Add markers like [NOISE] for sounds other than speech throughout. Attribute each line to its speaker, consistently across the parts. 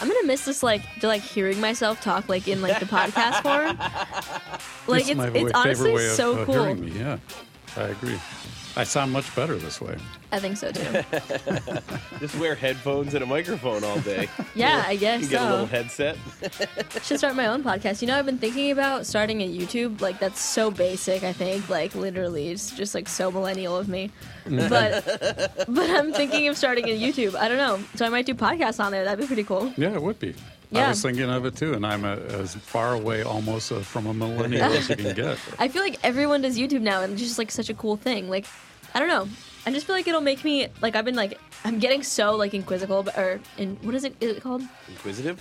Speaker 1: of miss this like to, like hearing myself talk like in like the podcast
Speaker 2: [LAUGHS]
Speaker 1: form. Like
Speaker 3: It's
Speaker 1: it's
Speaker 3: my
Speaker 1: it's,
Speaker 3: wa- favorite
Speaker 1: honestly
Speaker 3: way of,
Speaker 1: so
Speaker 3: of
Speaker 1: cool.
Speaker 3: hearing me. Yeah, I agree. I sound much better this way.
Speaker 1: I think
Speaker 3: [LAUGHS]
Speaker 1: so too.
Speaker 2: Just wear headphones and a microphone all day.
Speaker 1: Yeah, I guess
Speaker 2: You get a little
Speaker 1: so.
Speaker 2: [LAUGHS] headset.
Speaker 1: Should start my own podcast. You know, I've been thinking about starting a YouTube. Like that's so basic. I think like literally, it's just like so millennial of me. Mm.
Speaker 2: [LAUGHS]
Speaker 1: But but I'm thinking of starting a YouTube. I don't know. So I might do podcasts on there. That'd be pretty cool.
Speaker 3: Yeah, it would be. I
Speaker 1: Yeah.
Speaker 3: was thinking of it too, and I'm a, as far away almost uh, from a millennial as
Speaker 1: [LAUGHS]
Speaker 3: you can get.
Speaker 1: I feel like everyone does YouTube now, and it's just like such a cool thing. Like, I don't know. I just feel like it'll make me like I've been like I'm getting so like inquisical but- or in what is it, is it called?
Speaker 2: Inquisitive.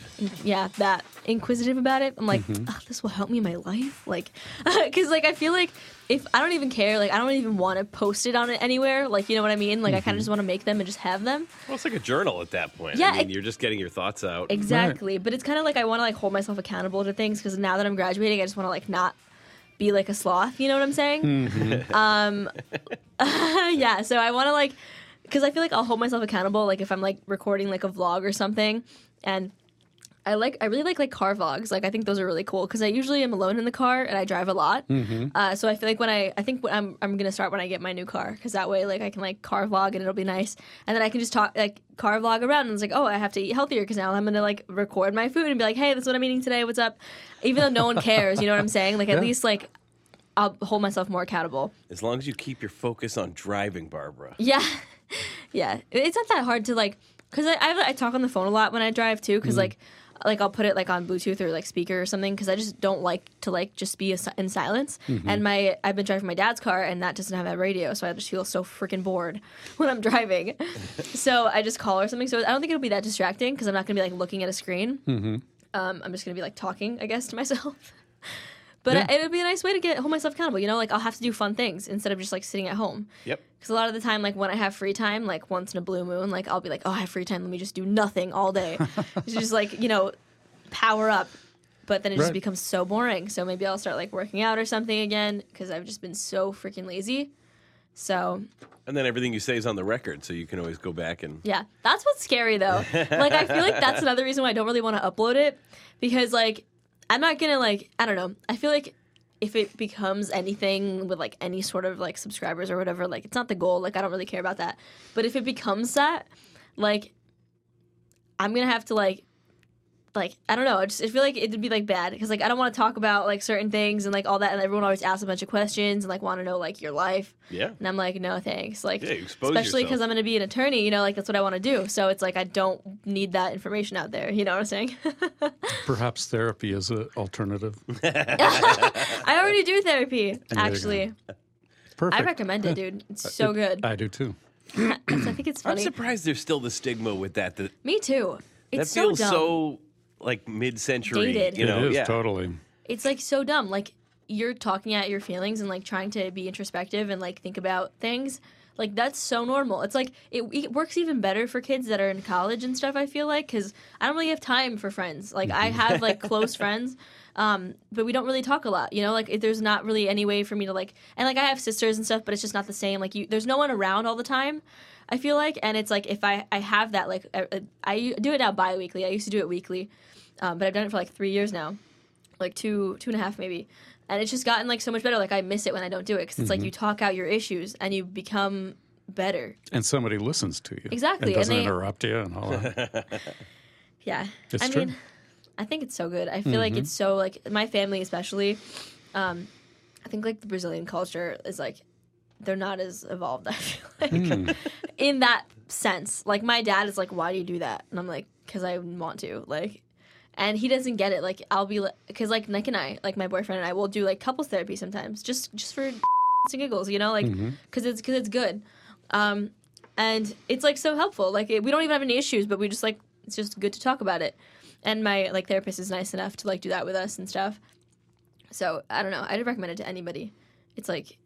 Speaker 1: Yeah, that inquisitive about it. I'm like, "Ugh, this will help me in my life. Like, [LAUGHS] because like I feel like if I don't even care, like I don't even want to post it on it anywhere. Like you know what I mean? Like I kind of just want to make them and just have them.
Speaker 2: Well, it's like a journal at that point.
Speaker 1: Yeah,
Speaker 2: I mean,
Speaker 1: it-
Speaker 2: you're just getting your thoughts out.
Speaker 1: Exactly. But it's kind of like I want to like hold myself accountable to things because now that I'm graduating, I just want to like not be like a sloth. You know what I'm saying? Um, [LAUGHS] yeah. So I want to like because I feel like I'll hold myself accountable. Like if I'm like recording like a vlog or something, and I like I really like like car vlogs. Like I think those are really cool because I usually am alone in the car and I drive a lot. Uh, so I feel like when I I think when I'm I'm gonna start when I get my new car because that way like I can like car vlog and it'll be nice and then I can just talk like car vlog around and it's like oh I have to eat healthier because now I'm gonna like record my food and be like hey this is what I'm eating today what's up even though no one cares you know what I'm saying like at
Speaker 3: Yeah.
Speaker 1: least like I'll hold myself more accountable.
Speaker 2: As long as you keep your focus on driving, Barbara.
Speaker 1: [LAUGHS] Yeah, yeah. It's not that hard to like, cause I I, I talk on the phone a lot when I drive too, cause like like I'll put it like on Bluetooth or like speaker or something, cause I just don't like to like just be a, si- in silence. And my I've been driving my dad's car, and that doesn't have a radio, so I just feel so freaking bored [LAUGHS] when I'm driving. so I just call or something. So I don't think it'll be that distracting, cause I'm not gonna be like looking at a screen. Um, I'm just gonna be like talking, I guess, to myself. [LAUGHS] But
Speaker 3: Yeah.
Speaker 1: it would be a nice way to get hold myself accountable. You know, like I'll have to do fun things instead of just like sitting at home.
Speaker 2: Yep.
Speaker 1: Because a lot of the time, like when I have free time, like once in a blue moon, like I'll be like, oh, I have free time. Let me just do nothing all day. it's just like, you know, power up. But then it
Speaker 3: Right.
Speaker 1: just becomes so boring. So maybe I'll start like working out or something again because I've just been so freaking lazy. So
Speaker 2: And then everything you say is on the record, so you can always go back and.
Speaker 1: yeah, that's what's scary though. like I feel like that's another reason why I don't really want to upload it because like I'm not gonna like I don't know. I feel like if it becomes anything with like any sort of like subscribers or whatever, like it's not the goal. Like I don't really care about that. But if it becomes that, like I'm gonna have to like like I don't know. I just I feel like it'd be like bad because like I don't want to talk about like certain things and like all that, and everyone always asks a bunch of questions and like want to know like your life.
Speaker 2: Yeah.
Speaker 1: And I'm like, no, thanks. Like,
Speaker 2: Yeah, you expose
Speaker 1: especially because
Speaker 2: yourself.
Speaker 1: I'm going to be an attorney, you know, like that's what I want to do. So it's like, I don't need that information out there. You know what I'm saying? [LAUGHS]
Speaker 3: Perhaps therapy is an alternative.
Speaker 1: I already do therapy,
Speaker 3: go.
Speaker 1: actually.
Speaker 3: Perfect. uh,
Speaker 1: I recommend it, dude. It's so good. [CLEARS THROAT]
Speaker 3: I do too.
Speaker 1: I think it's
Speaker 2: I'm
Speaker 1: funny.
Speaker 2: surprised there's still the stigma with that. That,
Speaker 1: Me too.
Speaker 2: that
Speaker 1: It's so
Speaker 2: feels
Speaker 1: dumb.
Speaker 2: so like mid-century.
Speaker 1: Dated.
Speaker 2: You know,
Speaker 3: it is
Speaker 2: yeah.
Speaker 3: totally.
Speaker 1: It's like so dumb. Like, you're talking at your feelings and like trying to be introspective and like think about things. Like, that's so normal. It's like, it, it works even better for kids that are in college and stuff, I feel like, because I don't really have time for friends. Like, I have like close friends. um, but we don't really talk a lot you know like it- there's not really any way for me to like and like i have sisters and stuff but it's just not the same like you there's no one around all the time i feel like and it's like if i i have that like i, I do it now bi-weekly i used to do it weekly um, but i've done it for like three years now like two two and a half maybe and it's just gotten like so much better like i miss it when i don't do it because it's like you talk out your issues and you become better
Speaker 3: And somebody listens to you.
Speaker 1: Exactly,
Speaker 3: And
Speaker 1: and
Speaker 3: doesn't
Speaker 1: they-
Speaker 3: interrupt you and all
Speaker 1: [LAUGHS]
Speaker 3: that.
Speaker 1: Yeah.
Speaker 3: It's
Speaker 1: I
Speaker 3: true. Mm-hmm.
Speaker 1: mean, I think it's so good. I feel like it's so like my family especially um I think like the Brazilian culture is like they're not as evolved, [LAUGHS] I feel like.
Speaker 3: Hmm.
Speaker 1: In that sense. Like my dad is like why do you do that? And I'm like cuz I want to. Like and he doesn't get it. Like I'll be because like Nick and I, like my boyfriend and I, will do like couples therapy sometimes, just just for [LAUGHS] and giggles, you know, like
Speaker 3: Mm-hmm.
Speaker 1: because it's because it's good, um, and it's like so helpful. Like it, we don't even have any issues, but we just like it's just good to talk about it. And my like therapist is nice enough to like do that with us and stuff. So I don't know. I'd recommend it to anybody. It's like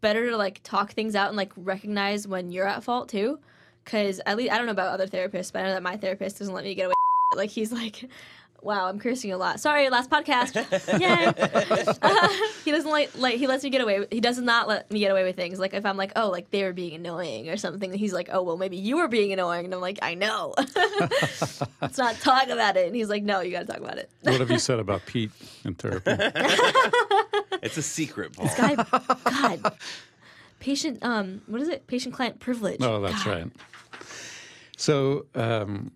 Speaker 1: better to like talk things out and like recognize when you're at fault too. Cause at least I don't know about other therapists, but I know that my therapist doesn't let me get away. [LAUGHS] with Like he's like, wow, I'm cursing a lot. Sorry, last podcast. Yeah, he he doesn't like like he lets me get away. with- He does not let me get away with things. Like if I'm like, oh, like they were being annoying or something, he's like, oh, well, maybe you were being annoying, and I'm like, I know. [LAUGHS] Let's not talk about it. And he's like, no, you got to talk about it.
Speaker 3: What have you said about Pete in therapy?
Speaker 2: It's a secret, Paul.
Speaker 1: Guy,
Speaker 3: [LAUGHS]
Speaker 1: God, patient. Um, what is it? Patient client privilege. [LAUGHS]
Speaker 3: Oh, that's
Speaker 1: God.
Speaker 3: right. So, um,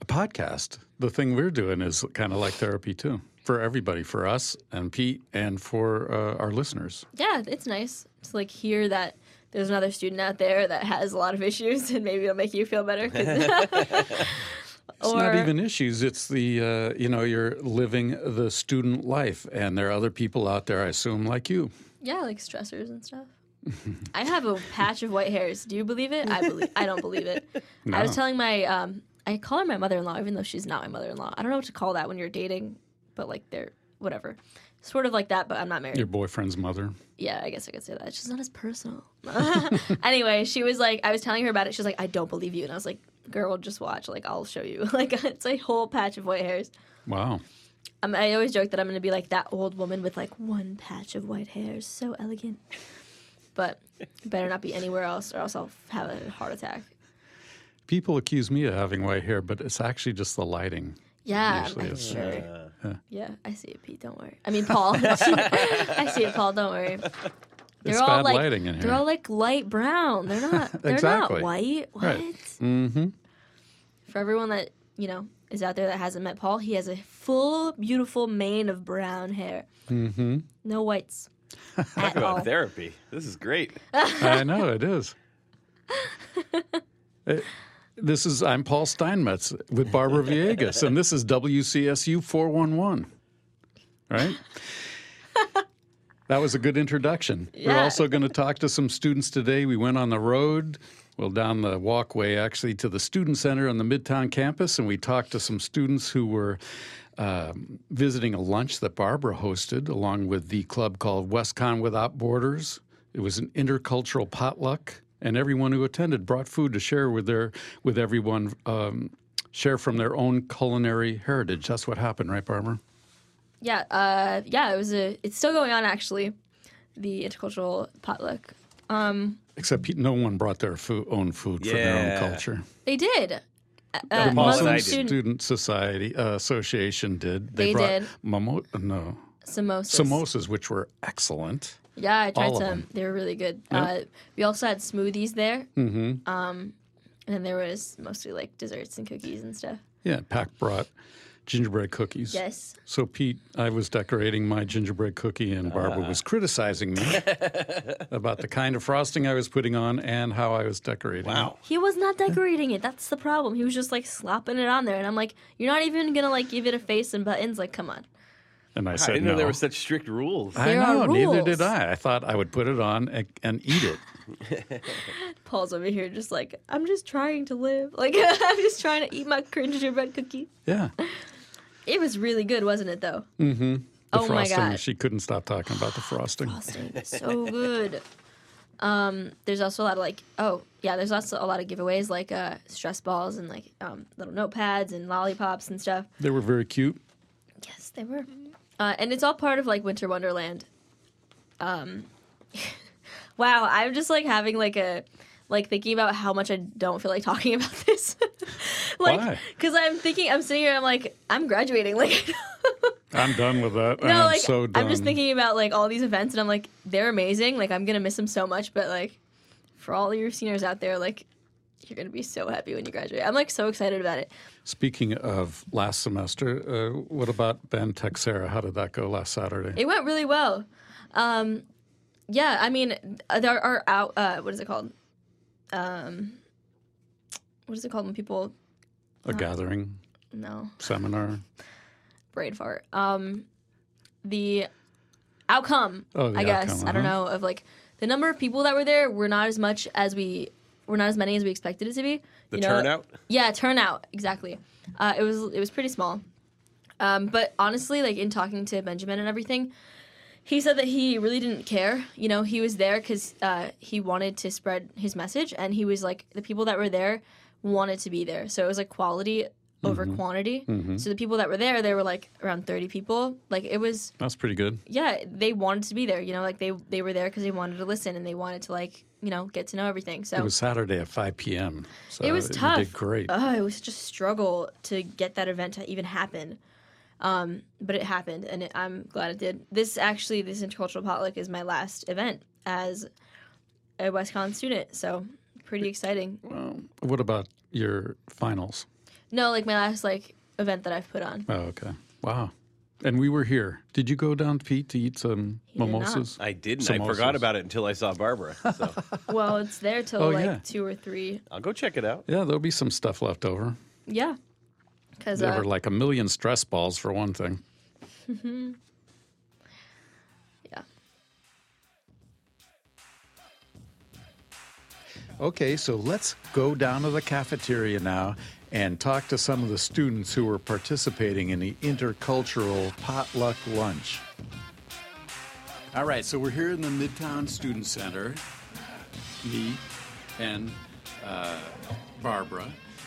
Speaker 3: a podcast, the thing we're doing is kind of like therapy too for everybody, for us and Pete, and for uh, our listeners.
Speaker 1: Yeah, it's nice to like hear that. There's another student out there that has a lot of issues, and maybe it'll make you feel
Speaker 3: [LAUGHS]
Speaker 1: better. [LAUGHS] 'cause-
Speaker 3: It's not even issues. It's the uh, you know you're living the student life, and there are other people out there, I assume, like you.
Speaker 1: Yeah, like stressors and stuff. I have a patch of white hairs. Do you believe it? I believe. I don't believe it. I was
Speaker 3: No.
Speaker 1: telling my, um, I call her my mother-in-law, even though she's not my mother-in-law. I don't know what to call that when you're dating, but like they're whatever, sort of like that. But I'm not married.
Speaker 3: Your boyfriend's mother.
Speaker 1: Yeah, I guess I could say that. She's not as personal. [LAUGHS] anyway, she was like, I was telling her about it. She was like, I don't believe you, and I was like, Girl, just watch. Like I'll show you. [LAUGHS] Like it's a whole patch of white hairs.
Speaker 3: Wow.
Speaker 1: Um, I always joke that I'm gonna be like that old woman with like one patch of white hair, so elegant. But better not be anywhere else, or else I'll have a heart attack.
Speaker 3: People accuse me of having white hair, but it's actually just the lighting.
Speaker 1: Yeah, I'm-
Speaker 3: Usually
Speaker 1: I'm
Speaker 3: it's-
Speaker 1: sure.
Speaker 2: Uh,
Speaker 1: Yeah, I see it, Pete. Don't worry. I
Speaker 3: [LAUGHS]
Speaker 1: mean, Paul. [LAUGHS] I see it, Paul. Don't worry. They're
Speaker 3: It's
Speaker 1: all
Speaker 3: bad
Speaker 1: like
Speaker 3: lighting in here.
Speaker 1: they're all like light brown. They're
Speaker 3: [LAUGHS]
Speaker 1: not. They're
Speaker 3: Exactly.
Speaker 1: not white. What?
Speaker 3: Right. Mm-hmm.
Speaker 1: For everyone that you know is out there that hasn't met Paul, he has a full, beautiful mane of brown hair.
Speaker 3: Mm-hmm.
Speaker 1: No
Speaker 3: [LAUGHS]
Speaker 1: whites. At all.
Speaker 2: about therapy. This is great.
Speaker 3: I know it is. Uh, this is I'm Paul Steinmetz with Barbara Viegas, and this is WCSU 411. Right? That was a good introduction. We're
Speaker 1: Yeah.
Speaker 3: also going to talk to some students today. We went on the road, well, down the walkway actually to the Student Center on the Midtown campus, and we talked to some students who were um, visiting a lunch that Barbara hosted along with the club called WestCon Without Borders. It was an intercultural potluck, and everyone who attended brought food to share with their with everyone. Um, Share from their own culinary heritage. That's what happened, right, Barbara?
Speaker 1: Yeah, uh, yeah, it was a. It's still going on actually, the intercultural potluck.
Speaker 3: Except pe- no one brought their foo- own food for their
Speaker 2: Yeah.
Speaker 3: own culture.
Speaker 1: They did. Uh,
Speaker 3: The Muslim
Speaker 2: Muslim
Speaker 3: Student,
Speaker 1: student
Speaker 3: Society uh, Association did.
Speaker 1: They
Speaker 3: brought
Speaker 1: did.
Speaker 3: Mamo- no
Speaker 1: samosas.
Speaker 3: samosas, which were excellent.
Speaker 1: Yeah, I tried
Speaker 3: All of
Speaker 1: some.
Speaker 3: them.
Speaker 1: They were really good.
Speaker 3: Yeah.
Speaker 1: Uh, we also had smoothies there. Mm-hmm. Um, and then there was mostly like desserts and cookies and stuff.
Speaker 3: Yeah, Pack brought gingerbread cookies.
Speaker 1: Yes.
Speaker 3: So Pete, I was decorating my gingerbread cookie, and Barbara
Speaker 2: Ah.
Speaker 3: was criticizing
Speaker 2: [LAUGHS]
Speaker 3: me about the kind of frosting I was putting on and how I was decorating.
Speaker 2: Wow.
Speaker 1: He was not decorating it. That's the problem. He was just like slapping it on there, and I'm like, you're not even gonna like give it a face and buttons. Like, come on.
Speaker 3: it. And I
Speaker 2: I
Speaker 3: said,
Speaker 2: didn't
Speaker 3: no.
Speaker 2: know there were such strict rules.
Speaker 3: I
Speaker 1: There
Speaker 3: know.
Speaker 1: are
Speaker 3: Neither did
Speaker 1: rules.
Speaker 3: I. I thought I would put it on and, and eat it.
Speaker 1: Paul's over here just like, I'm just trying to live. [LAUGHS] Like, I'm just trying to eat my gingerbread cookie.
Speaker 3: Yeah.
Speaker 1: It was really good, wasn't it though?
Speaker 3: Mm-hmm. The
Speaker 1: Oh my
Speaker 3: frosting.
Speaker 1: God.
Speaker 3: She couldn't stop talking about the frosting.
Speaker 1: Austin. so good. Um, there's also a lot of like, oh yeah, there's also a lot of giveaways like uh, stress balls and like um, little notepads and lollipops and stuff.
Speaker 3: They were very cute.
Speaker 1: Yes, they were. Uh, and it's all part of like Winter Wonderland. Um, [LAUGHS] wow, I'm just like having like a like thinking about how much I don't feel like talking about this. [LAUGHS] like,
Speaker 3: Why?
Speaker 1: because I'm thinking, I'm sitting here, I'm like, I'm graduating. Like,
Speaker 3: I'm done with that.
Speaker 1: No,
Speaker 3: I'm
Speaker 1: like
Speaker 3: so done.
Speaker 1: I'm just thinking about like all these events, and I'm like, they're amazing. Like I'm gonna miss them so much, but like for all your seniors out there, like you're gonna be so happy when you graduate. I'm like so excited about it.
Speaker 3: Speaking of last semester, uh, what about Ben Texera? How did that go last Saturday?
Speaker 1: It went really well. Um, yeah, I mean, uh, there are out. Uh, what is it called? Um, what is it called when people
Speaker 3: A gathering,
Speaker 1: no
Speaker 3: seminar.
Speaker 1: brain fart? Um, the outcome.
Speaker 3: Oh, the
Speaker 1: I guess
Speaker 3: outcome,
Speaker 1: I don't
Speaker 3: uh-huh.
Speaker 1: know of like the number of people that were there were not as much as we were not as many as we expected it to be.
Speaker 2: The
Speaker 1: You know,
Speaker 2: turnout.
Speaker 1: Yeah, turnout exactly. Uh, it was it was pretty small, um, but honestly, like in talking to Benjamin and everything, he said that he really didn't care. You know, he was there because uh, he wanted to spread his message, and he was like the people that were there wanted to be there, so it was like quality
Speaker 4: over
Speaker 2: Mm-hmm.
Speaker 4: quantity. So the people that were there, there were like around 30 people. Like it was
Speaker 3: That's pretty good.
Speaker 4: yeah, they wanted to be there, you know, like they they were there cuz they wanted to listen and they wanted to like, you know, get to know everything. So
Speaker 1: Oh.
Speaker 3: It was Saturday at 5 p.m. So
Speaker 4: it was tough.
Speaker 3: You did great.
Speaker 4: Oh, it was such a struggle to get that event to even happen. Um, but it happened, and it, I'm glad it did. This actually, this intercultural potluck is my last event as a WestCon student, so pretty exciting.
Speaker 3: well, what about your finals?
Speaker 4: No, like my last like event that I've put on.
Speaker 3: [LAUGHS] Oh, okay. Wow. And we were here. Did you go down, Pete, to eat some
Speaker 4: did not.
Speaker 3: mimosas?
Speaker 2: I didn't. I
Speaker 3: Samosas.
Speaker 2: forgot about it until I saw Barbara. So
Speaker 4: Well, it's there till
Speaker 3: Oh,
Speaker 4: like
Speaker 3: yeah.
Speaker 4: two or three.
Speaker 2: I'll go check it out.
Speaker 3: Yeah, there'll be some stuff left over.
Speaker 4: Yeah, because
Speaker 3: There
Speaker 4: uh,
Speaker 3: were like a million stress balls for one thing.
Speaker 4: yeah,
Speaker 3: Okay, so let's go down to the cafeteria now and talk to some of the students who were participating in the intercultural potluck lunch. All right, so we're here in the Midtown Student Center, me and uh, Barbara.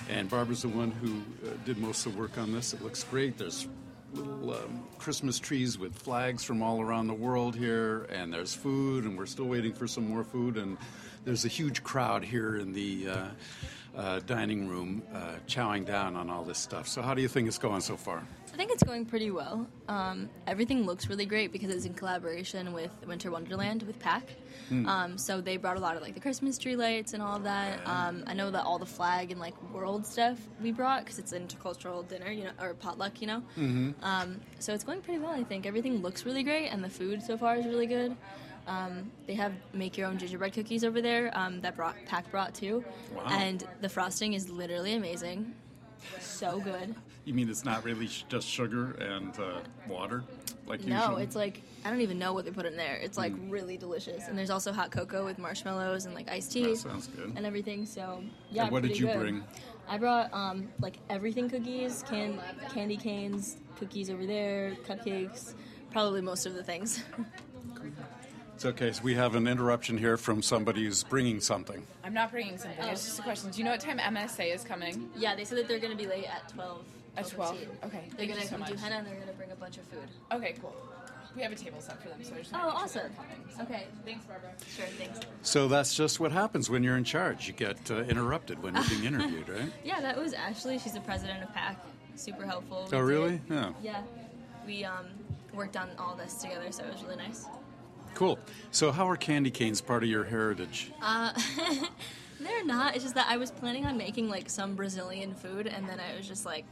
Speaker 3: And Barbara's the one who uh, did most of the work on this. It looks great. There's little um, Christmas trees with flags from all around the world here, and there's food, and we're still waiting for some more food. And there's a huge crowd here in the uh, uh, dining room uh, chowing down on all this stuff. So, how do you think it's going so far?
Speaker 1: I think it's going pretty well. Um, everything looks really great because it's in collaboration with Winter Wonderland with PAC. Um, so they brought a lot of like the Christmas tree lights and all of that. Um, I know that all the flag and like world stuff we brought because it's an intercultural dinner, you know, or potluck, you know. Mm-hmm. Um, so it's going pretty well. I think everything looks really great and the food so far is really good. Um, they have make your own gingerbread cookies over there um, that brought Pack brought too,
Speaker 3: Wow.
Speaker 1: and the frosting is literally amazing. So good.
Speaker 3: You mean it's not really sh- just sugar and uh, water, like
Speaker 1: No,
Speaker 3: usually?
Speaker 1: it's like I don't even know what they put in there. It's like
Speaker 3: Mm.
Speaker 1: really delicious, and there's also hot cocoa with marshmallows and like iced tea
Speaker 3: That sounds good.
Speaker 1: and everything. So yeah,
Speaker 3: And what did
Speaker 1: pretty
Speaker 3: you
Speaker 1: good.
Speaker 3: bring?
Speaker 1: I brought um, like everything cookies, can candy canes, cookies over there, cupcakes, probably most of the things. [LAUGHS]
Speaker 3: It's okay. So we have an interruption here from somebody who's bringing something.
Speaker 5: I'm not bringing something. It's just a question. Do you know what time MSA is coming?
Speaker 1: yeah, they said that they're gonna be late at twelve.
Speaker 5: At 12? Okay.
Speaker 1: They're
Speaker 5: Thank you
Speaker 1: gonna
Speaker 5: so
Speaker 1: come do
Speaker 5: much.
Speaker 1: henna and they're gonna bring a bunch of food.
Speaker 5: Okay, cool. We have a table set for them, so I just
Speaker 1: Oh,
Speaker 5: wanna make sure
Speaker 1: awesome.
Speaker 5: they're coming.
Speaker 1: Okay,
Speaker 5: Thanks, Barbara.
Speaker 1: sure, thanks.
Speaker 3: So that's just what happens when you're in charge. You get uh, interrupted when you're
Speaker 1: [LAUGHS]
Speaker 3: being interviewed, right?
Speaker 1: Yeah, that was Ashley. She's the president of PAC. Super helpful. We
Speaker 3: Oh,
Speaker 1: did-
Speaker 3: really? Yeah.
Speaker 1: Yeah, we um, worked on all this together, so it was really nice.
Speaker 3: Cool. So, how are candy canes part of your heritage?
Speaker 1: They're not. It's just that I was planning on making like some Brazilian food, and then I was just like,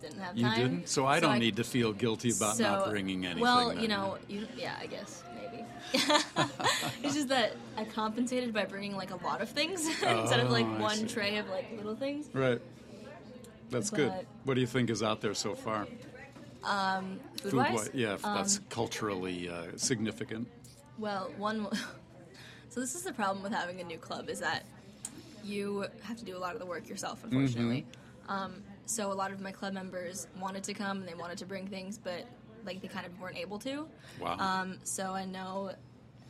Speaker 1: didn't have
Speaker 3: you
Speaker 1: time.
Speaker 3: didn't? So, I don't need to feel guilty about not
Speaker 1: so-
Speaker 3: bringing anything.
Speaker 1: Well,
Speaker 3: then.
Speaker 1: you know, you, yeah, I guess maybe. [LAUGHS] it's just that I compensated by bringing like a lot of things [LAUGHS] instead of like
Speaker 3: Oh, I
Speaker 1: one
Speaker 3: see.
Speaker 1: tray of like little things.
Speaker 3: Right. That's good.
Speaker 1: But-
Speaker 3: What do you think is out there so far?
Speaker 1: Food,
Speaker 3: Food,
Speaker 1: wise,
Speaker 3: wise? yeah, if that's
Speaker 1: Um,
Speaker 3: culturally uh, significant.
Speaker 1: Well, one. [LAUGHS] So this is the problem with having a new club is that you have to do a lot of the work yourself,
Speaker 3: Mm-hmm.
Speaker 1: unfortunately. Um, so a lot of my club members wanted to come and they wanted to bring things, but like they kind of weren't able to.
Speaker 3: Wow.
Speaker 1: Um, so I know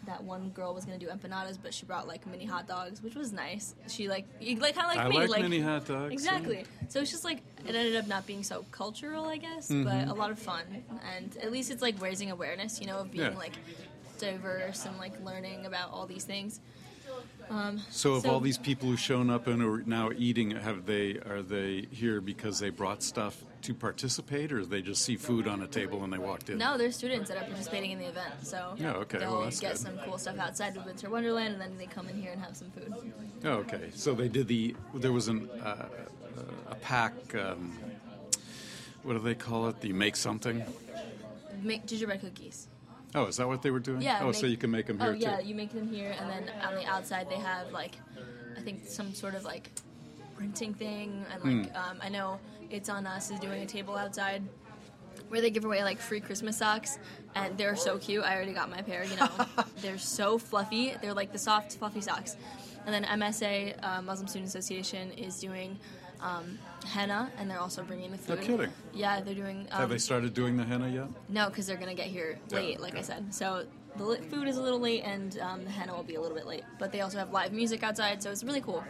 Speaker 1: that one girl was gonna do empanadas, but she brought like mini hot dogs, which was nice. She like you, like kind of like
Speaker 3: I
Speaker 1: me,
Speaker 3: like mini hot dogs, yeah.
Speaker 1: Exactly. So it's just like it ended up not being so cultural, I guess,
Speaker 3: Mm-hmm.
Speaker 1: but a lot of fun. And at least it's like raising awareness, you know, of being
Speaker 3: Yeah.
Speaker 1: like diverse and like learning about all these things.
Speaker 3: So, of
Speaker 1: So-
Speaker 3: all these people who've shown up and are now eating, have they are they here because they brought stuff to participate, or they just see food on a table and they walked in?
Speaker 1: No, there's students that are participating in the event, so
Speaker 3: Yeah, okay,
Speaker 1: they'll
Speaker 3: well, that's
Speaker 1: get
Speaker 3: good.
Speaker 1: some cool stuff outside of Winter Wonderland, and then they come in here and have some food.
Speaker 3: Oh, okay. So they did the. There was an uh, a pack. Um, what do they call it? The make something.
Speaker 1: Make gingerbread cookies.
Speaker 3: Oh, is that what they were doing?
Speaker 1: Yeah.
Speaker 3: Oh, so
Speaker 1: make-
Speaker 3: you can make them here
Speaker 1: Oh yeah,
Speaker 3: too.
Speaker 1: you make them here, and then on the outside they have like, I think some sort of like printing thing, and like
Speaker 3: Hmm.
Speaker 1: um, I know it's on us is doing a table outside where they give away like free Christmas socks, and they're so cute. I already got my pair.
Speaker 3: [LAUGHS]
Speaker 1: You know, they're so fluffy. They're like the soft, fluffy socks. And then MSA uh, Muslim Student Association is doing um, henna, and they're also bringing the food.
Speaker 3: kidding.
Speaker 1: Yeah, they're doing. Um,
Speaker 3: Have they started doing the henna yet?
Speaker 1: no, because they're gonna get here
Speaker 3: Yeah,
Speaker 1: late, like I
Speaker 3: okay.
Speaker 1: said. So the li- food is a little late, and um, the henna will be a little bit late. But they also have live music outside, so it's really cool.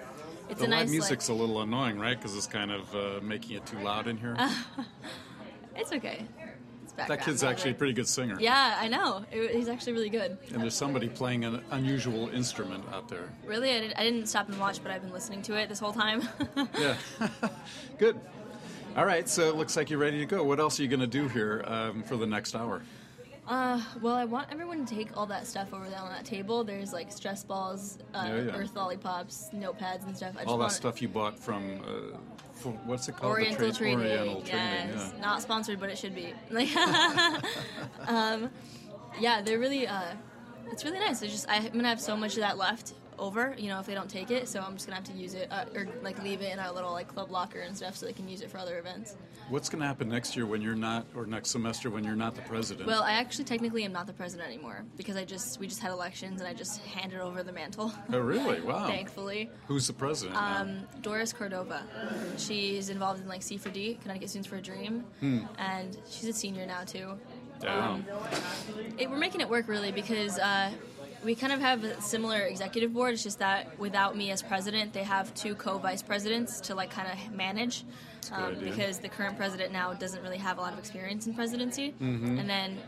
Speaker 1: It's
Speaker 3: The
Speaker 1: a
Speaker 3: live
Speaker 1: nice
Speaker 3: music's
Speaker 1: like,
Speaker 3: a little annoying, right? Because it's kind of uh, making it too loud in
Speaker 1: [LAUGHS]
Speaker 3: here.
Speaker 1: It's okay. It's
Speaker 3: that
Speaker 1: background
Speaker 3: kid's
Speaker 1: music.
Speaker 3: actually a pretty good singer.
Speaker 1: Yeah, I know. It, he's actually really good.
Speaker 3: And there's somebody playing an unusual instrument out there.
Speaker 1: Really, I, did, I didn't stop and watch, but I've been listening to it this whole time. [LAUGHS]
Speaker 3: Yeah. [LAUGHS] good. All right, so it looks like you're ready to go. What else are you going to do here um, for the next hour?
Speaker 1: Uh, well, I want everyone to take all that stuff over there on that table. There's like stress balls, uh,
Speaker 3: Yeah, yeah.
Speaker 1: earth lollipops, notepads, and stuff. I just
Speaker 3: All that
Speaker 1: want
Speaker 3: stuff you bought from, uh, for, what's it called?
Speaker 1: Oriental
Speaker 3: the trade,
Speaker 1: trading.
Speaker 3: Oriental
Speaker 1: yes.
Speaker 3: trading. Yeah.
Speaker 1: Not sponsored, but it should be. [LAUGHS] Like, um, yeah, they're really. Uh, it's really nice. It's just I, am gonna have so much of that left over. You know, if they don't take it, so I'm just gonna have to use it uh, or like leave it in our little like club locker and stuff, so they can use it for other events.
Speaker 3: What's going to happen next year when you're not, or next semester when you're not the president?
Speaker 1: Well, I actually technically am not the president anymore because I just we just had elections and I just handed over the mantle. [LAUGHS]
Speaker 3: oh, really? Wow.
Speaker 1: Thankfully,
Speaker 3: Who's the president? now?
Speaker 1: um, Doris Cordova. She's involved in like C4D, Connecticut Students for a Dream,
Speaker 3: Hmm.
Speaker 1: and she's a senior now too.
Speaker 3: Yeah.
Speaker 1: um, It, we're making it work really because uh, we kind of have a similar executive board. It's just that without me as president, they have two co-vice presidents to like kind of manage.
Speaker 3: a good
Speaker 1: Um,
Speaker 3: idea.
Speaker 1: because the current president now doesn't really have a lot of experience in presidency,
Speaker 3: Mm-hmm.
Speaker 1: and then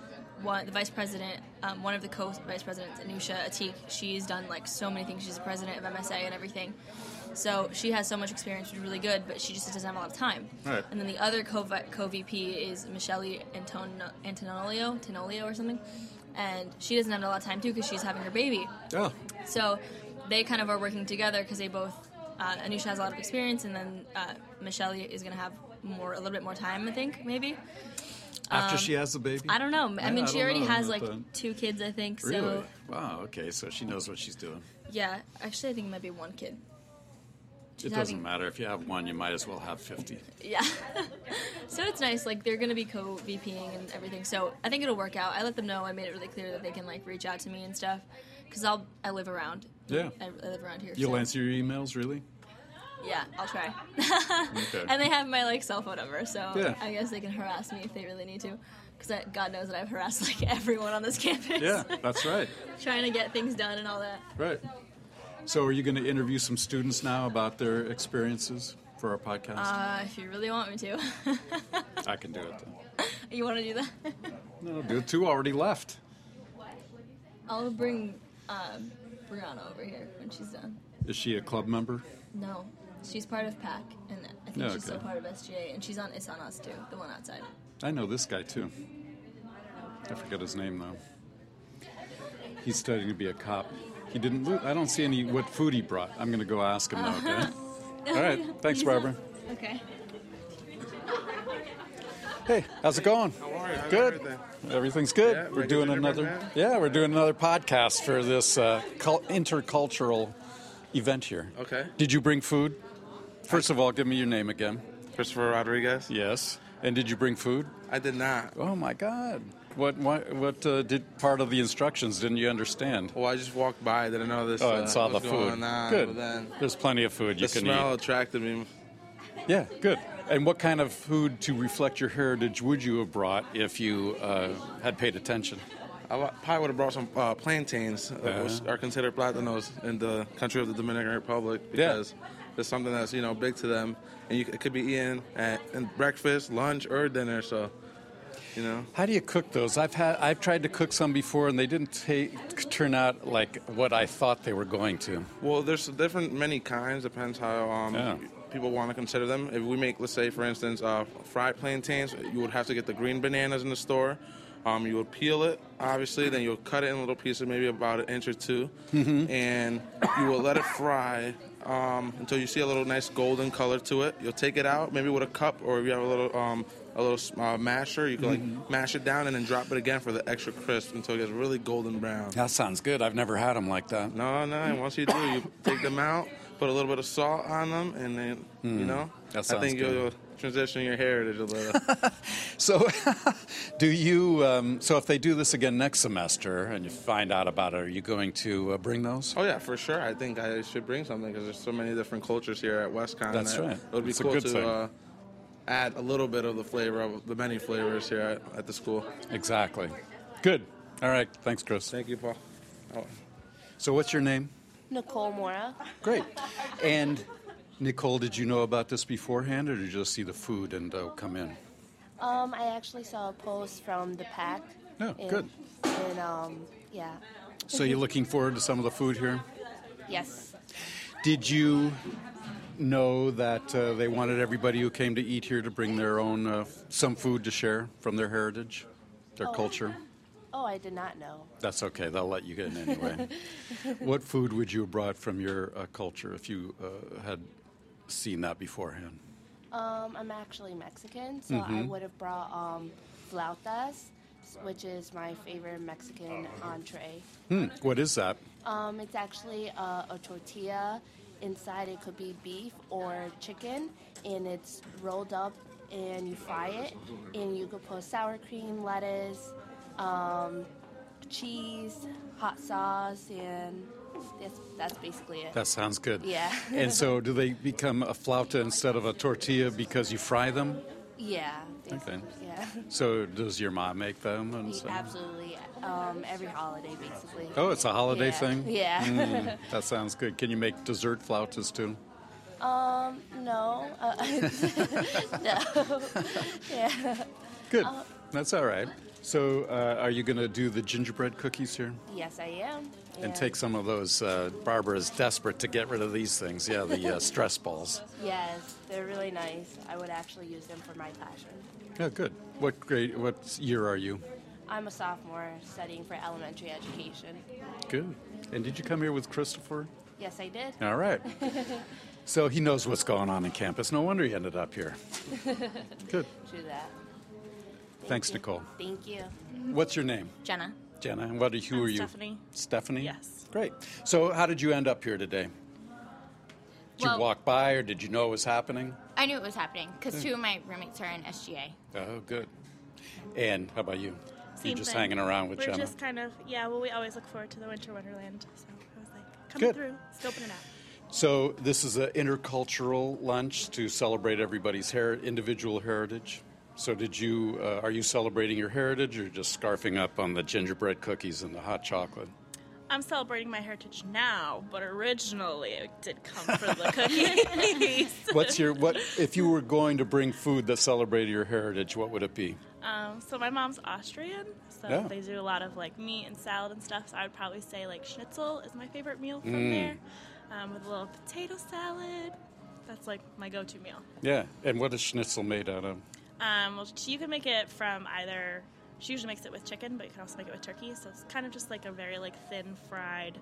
Speaker 1: one, the vice president, um, one of the co-vice presidents, Anusha Atik, she's done like so many things. She's the president of MSA and everything. So she has so much experience, which is really good, but she just doesn't have a lot of time.
Speaker 3: Right.
Speaker 1: And then the other co- co-VP is Michelle Anton- Antonolio, Tenolio or something, and she doesn't have a lot of time too because she's having her baby.
Speaker 3: Oh,
Speaker 1: So they kind of are working together because they both. Uh, Anusha has a lot of experience, and then uh, Michelle is going to have more, a little bit more time, I think, maybe.
Speaker 3: after she has the baby?
Speaker 1: um, I don't know.
Speaker 3: Yeah,
Speaker 1: I mean,
Speaker 3: I
Speaker 1: she
Speaker 3: don't
Speaker 1: already
Speaker 3: know
Speaker 1: has like
Speaker 3: about that.
Speaker 1: two kids, I think. So
Speaker 3: Really? wow, okay, so she knows what she's doing.
Speaker 1: yeah, actually, I think it might be one kid.
Speaker 3: It
Speaker 1: She's
Speaker 3: doesn't
Speaker 1: having-
Speaker 3: matter. If you have one, you might as well have 50.
Speaker 1: Yeah. [LAUGHS] so it's nice. Like they're gonna be co-VPing and everything. So I think it'll work out. I let them know. I made it really clear that they can like reach out to me and stuff, because I'll I live around.
Speaker 3: Yeah.
Speaker 1: I, I live around here.
Speaker 3: You'll
Speaker 1: so-
Speaker 3: answer your emails, really?
Speaker 1: Yeah, I'll try.
Speaker 3: Okay.
Speaker 1: [LAUGHS] and they have my like cell phone number, so
Speaker 3: Yeah.
Speaker 1: I guess they can harass me if they really need to. Because God knows that I've harassed like [LAUGHS] everyone on this campus.
Speaker 3: Yeah, that's right.
Speaker 1: [LAUGHS] Trying to get things done and all that.
Speaker 3: Right. So, are you going to interview some students now about their experiences for our podcast?
Speaker 1: Uh, if you really want me to, [LAUGHS]
Speaker 3: Uh, I can do it then.
Speaker 1: you want to do that? [LAUGHS]
Speaker 3: No, do it. Two already left.
Speaker 1: I'll bring um, Brianna over here when she's done.
Speaker 3: Is she a club member?
Speaker 1: No, she's part of PAC, and I think
Speaker 3: Yeah,
Speaker 1: she's still
Speaker 3: Oh, okay.
Speaker 1: part of SGA, and she's on It's on Us too, the one outside.
Speaker 3: I know this guy too. I forget his name though. He's studying to be a cop. He didn't. Lo- I don't see any what food he brought. I'm going to go ask him now. [LAUGHS] Okay. All
Speaker 1: [LAUGHS]
Speaker 3: right. Thanks, Barbara.
Speaker 1: Okay.
Speaker 3: Hey, how's it going? How
Speaker 6: are you? How's
Speaker 3: Good.
Speaker 6: everything?
Speaker 3: Everything's good.
Speaker 6: Yeah,
Speaker 3: we're
Speaker 6: regular
Speaker 3: doing
Speaker 6: dinner
Speaker 3: another.
Speaker 6: right now?
Speaker 3: yeah, we're doing another podcast for this uh, cul- intercultural event here.
Speaker 6: Okay.
Speaker 3: Did you bring food? First of all, give me your name again.
Speaker 6: Christopher Rodriguez.
Speaker 3: Yes. And did you bring food?
Speaker 6: I did not.
Speaker 3: Oh my God! What what what uh, did part of the instructions didn't you understand?
Speaker 6: Well, I just walked by. Didn't know this.
Speaker 3: Oh,
Speaker 6: uh,
Speaker 3: and saw the
Speaker 6: was
Speaker 3: food.
Speaker 6: Going on,
Speaker 3: good.
Speaker 6: But then
Speaker 3: There's plenty of food you
Speaker 6: the
Speaker 3: can
Speaker 6: smell attracted me.
Speaker 3: eat. Yeah, good. And what kind of food to reflect your heritage would you have brought if you uh, had paid attention?
Speaker 6: I wa- probably would have brought some uh, plantains, uh, which
Speaker 3: Uh-huh.
Speaker 6: are considered platanos in the country of the Dominican Republic because it's something that's you know big to them, and you, c- it could be eaten at in breakfast, lunch, or dinner. So, you know,
Speaker 3: How do you cook those? I've had I've tried to cook some before and they didn't ta- turn out like what I thought they were going to.
Speaker 6: Well, there's different many kinds. Depends how um,
Speaker 3: Yeah.
Speaker 6: people want to consider them. If we make, let's say, for instance, uh, fried plantains, you would have to get the green bananas in the store. Um, you would peel it, obviously, then you'll cut it in little pieces, maybe about an inch or 2 and you will let it fry um, until you see a little nice golden color to it. You'll take it out, maybe with a cup, or if you have a little um, a little uh, masher, you can like mash it down and then drop it again for the extra crisp until it gets really golden brown.
Speaker 3: That sounds good. I've never had them like that.
Speaker 6: No, no. And once you do, you take them out, put a little bit of salt on them, and then you know.
Speaker 3: Hmm, That
Speaker 6: I
Speaker 3: sounds
Speaker 6: think
Speaker 3: good.
Speaker 6: you'll transition your heritage a
Speaker 3: [LAUGHS]
Speaker 6: little.
Speaker 3: So, [LAUGHS] do you? Um, so, if they do this again next semester and you find out about it, are you going to uh, bring those?
Speaker 6: oh yeah, for sure. I think I should bring something because there's so many different cultures here at WestCon.
Speaker 3: That's
Speaker 6: that
Speaker 3: right.
Speaker 6: It would be
Speaker 3: It's a
Speaker 6: cool
Speaker 3: good thing.
Speaker 6: to uh, add a little bit of the flavor of the many flavors here at, at the school.
Speaker 3: Exactly. Good. All right. Thanks, Chris.
Speaker 6: Thank you, Paul. Oh.
Speaker 3: So, what's your name?
Speaker 7: Nicole Mora.
Speaker 3: Great. And Nicole, did you know about this beforehand, or did you just see the food and uh, come in?
Speaker 7: Um, I actually saw a post from the pack.
Speaker 3: Oh,
Speaker 7: and-
Speaker 3: good.
Speaker 7: And um, yeah,
Speaker 3: So you're looking forward to some of the food here?
Speaker 7: yes,
Speaker 3: Did you know that uh, they wanted everybody who came to eat here to bring their own uh, f- some food to share from their heritage, their culture?
Speaker 7: Oh, I did not know.
Speaker 3: That's okay. They'll let you in
Speaker 7: [LAUGHS]
Speaker 3: anyway. what food would you have brought from your uh, culture if you uh, had seen that beforehand?
Speaker 7: Um, I'm actually Mexican, so I would have brought um, flautas, which is my favorite Mexican entree.
Speaker 3: Hmm, what is that?
Speaker 7: Um, it's actually uh, a tortilla. Inside, it could be beef or chicken, and it's rolled up and you fry it, and you could put sour cream, lettuce, um, cheese, hot sauce, and that's, that's basically it.
Speaker 3: That sounds good.
Speaker 7: Yeah.
Speaker 3: and
Speaker 7: [LAUGHS]
Speaker 3: so, do they become a flauta instead of a tortilla because you fry them?
Speaker 7: yeah.
Speaker 3: Okay.
Speaker 7: basically, Yeah. [LAUGHS]
Speaker 3: So, does your mom make them? And so?
Speaker 7: Absolutely. Um, every holiday, basically.
Speaker 3: Oh, it's a holiday
Speaker 7: Yeah.
Speaker 3: thing?
Speaker 7: Yeah. [LAUGHS]
Speaker 3: Mm, that sounds good. Can you make dessert flautas too?
Speaker 7: Um, no. Uh, no. yeah.
Speaker 3: Good.
Speaker 7: Uh,
Speaker 3: That's all right. So, uh, are you going to do the gingerbread cookies here?
Speaker 7: Yes, I am.
Speaker 3: And take some of those. Uh, Barbara is desperate to get rid of these things. Yeah, the uh, stress balls.
Speaker 7: Yes, they're really nice. I would actually use them for my passion.
Speaker 3: Yeah, good. What grade? What year are you?
Speaker 7: I'm a sophomore studying for elementary education.
Speaker 3: Good. And did you come here with Christopher?
Speaker 7: Yes, I did.
Speaker 3: All right. [LAUGHS] so he knows what's going on in campus. No wonder he ended up here. [LAUGHS] Good.
Speaker 7: Do that. Thank
Speaker 3: Thanks,
Speaker 7: you.
Speaker 3: Nicole.
Speaker 7: Thank you.
Speaker 3: What's your name?
Speaker 8: Jenna.
Speaker 3: Jenna, and what, who
Speaker 8: I'm
Speaker 3: are you?
Speaker 8: Stephanie.
Speaker 3: Stephanie?
Speaker 8: Yes.
Speaker 3: Great. So, how did you end up here today? Did
Speaker 8: Well-
Speaker 3: you walk by or did you know it was happening?
Speaker 8: I knew it was happening
Speaker 3: Hmm.
Speaker 8: because two of my roommates are in SGA.
Speaker 3: Oh, good. And how about you? You're
Speaker 9: Same
Speaker 3: just
Speaker 9: thing.
Speaker 3: hanging around with
Speaker 9: We're
Speaker 3: Jenna.
Speaker 9: just kind of yeah. Well, we always look forward to the winter wonderland. So I was like, coming
Speaker 3: Good.
Speaker 9: through, scoping it out.
Speaker 3: So, this is an intercultural lunch to celebrate everybody's her- individual heritage. So, did you uh, are you celebrating your heritage or just scarfing up on the gingerbread cookies and the hot chocolate?
Speaker 9: I'm celebrating my heritage now, but originally it did come
Speaker 3: [LAUGHS]
Speaker 9: from the cookies.
Speaker 3: What's your what if you were going to bring food that celebrated your heritage? What would it be?
Speaker 9: um, so my mom's Austrian, so
Speaker 3: Yeah.
Speaker 9: they do a lot of like meat and salad and stuff. So I would probably say like schnitzel is my favorite meal from
Speaker 3: Hmm.
Speaker 9: there, um, with a little potato salad. That's like my go-to meal.
Speaker 3: Yeah, and what is schnitzel made out of?
Speaker 9: Um, well, she- you can make it from either. She usually makes it with chicken, but you can also make it with turkey. So it's kind of just like a very like thin fried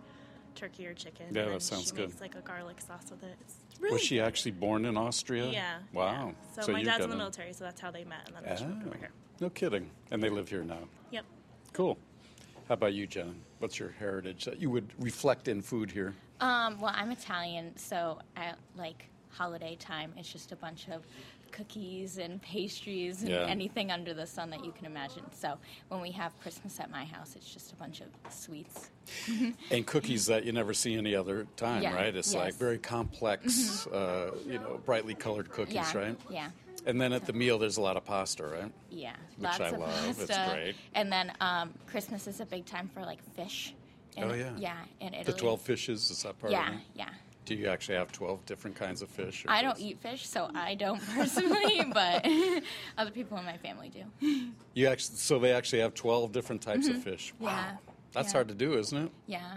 Speaker 9: turkey or chicken. and
Speaker 3: Yeah, that
Speaker 9: then
Speaker 3: sounds
Speaker 9: she
Speaker 3: good.
Speaker 9: Makes like a garlic sauce with it. It's really
Speaker 3: Was she actually born in Austria?
Speaker 9: good. Yeah.
Speaker 3: Wow.
Speaker 9: yeah. So, my
Speaker 3: you've
Speaker 9: dad's
Speaker 3: got
Speaker 9: in the
Speaker 3: a-
Speaker 9: military, so that's how they met, and then she moved over
Speaker 3: Ah,
Speaker 9: here.
Speaker 3: no kidding. And they live here now.
Speaker 9: Yep.
Speaker 3: Cool. How about you, Jen? What's your heritage that you would reflect in food here?
Speaker 8: Um, well, I'm Italian, so I like holiday time. It's just a bunch of cookies and pastries and
Speaker 3: Yeah.
Speaker 8: anything under the sun that you can imagine. So when we have Christmas at my house, it's just a bunch of sweets.
Speaker 3: And cookies that you never see any other time,
Speaker 8: Yeah,
Speaker 3: right? It's like
Speaker 8: yes. Mm-hmm.
Speaker 3: very complex, uh, you know, brightly colored cookies,
Speaker 8: yeah.
Speaker 3: right?
Speaker 8: Yeah.
Speaker 3: And then at the meal, there's a lot of pasta, right?
Speaker 8: Yeah.
Speaker 3: Which I love. It's great.
Speaker 8: And then um, Christmas is a big time for like fish. In,
Speaker 3: Oh, yeah.
Speaker 8: Yeah. In Italy.
Speaker 3: The 12 fishes, is that part
Speaker 8: Yeah.
Speaker 3: of it?
Speaker 8: Yeah.
Speaker 3: Do you actually have 12 different kinds of fish? or
Speaker 8: I don't
Speaker 3: just-
Speaker 8: eat fish, so I don't [LAUGHS] personally, but [LAUGHS] other people in my family do.
Speaker 3: You actually, so they actually have 12 different types of fish. Wow.
Speaker 8: Mm-hmm. Yeah.
Speaker 3: That's
Speaker 8: Yeah.
Speaker 3: hard to do, isn't it?
Speaker 8: Yeah.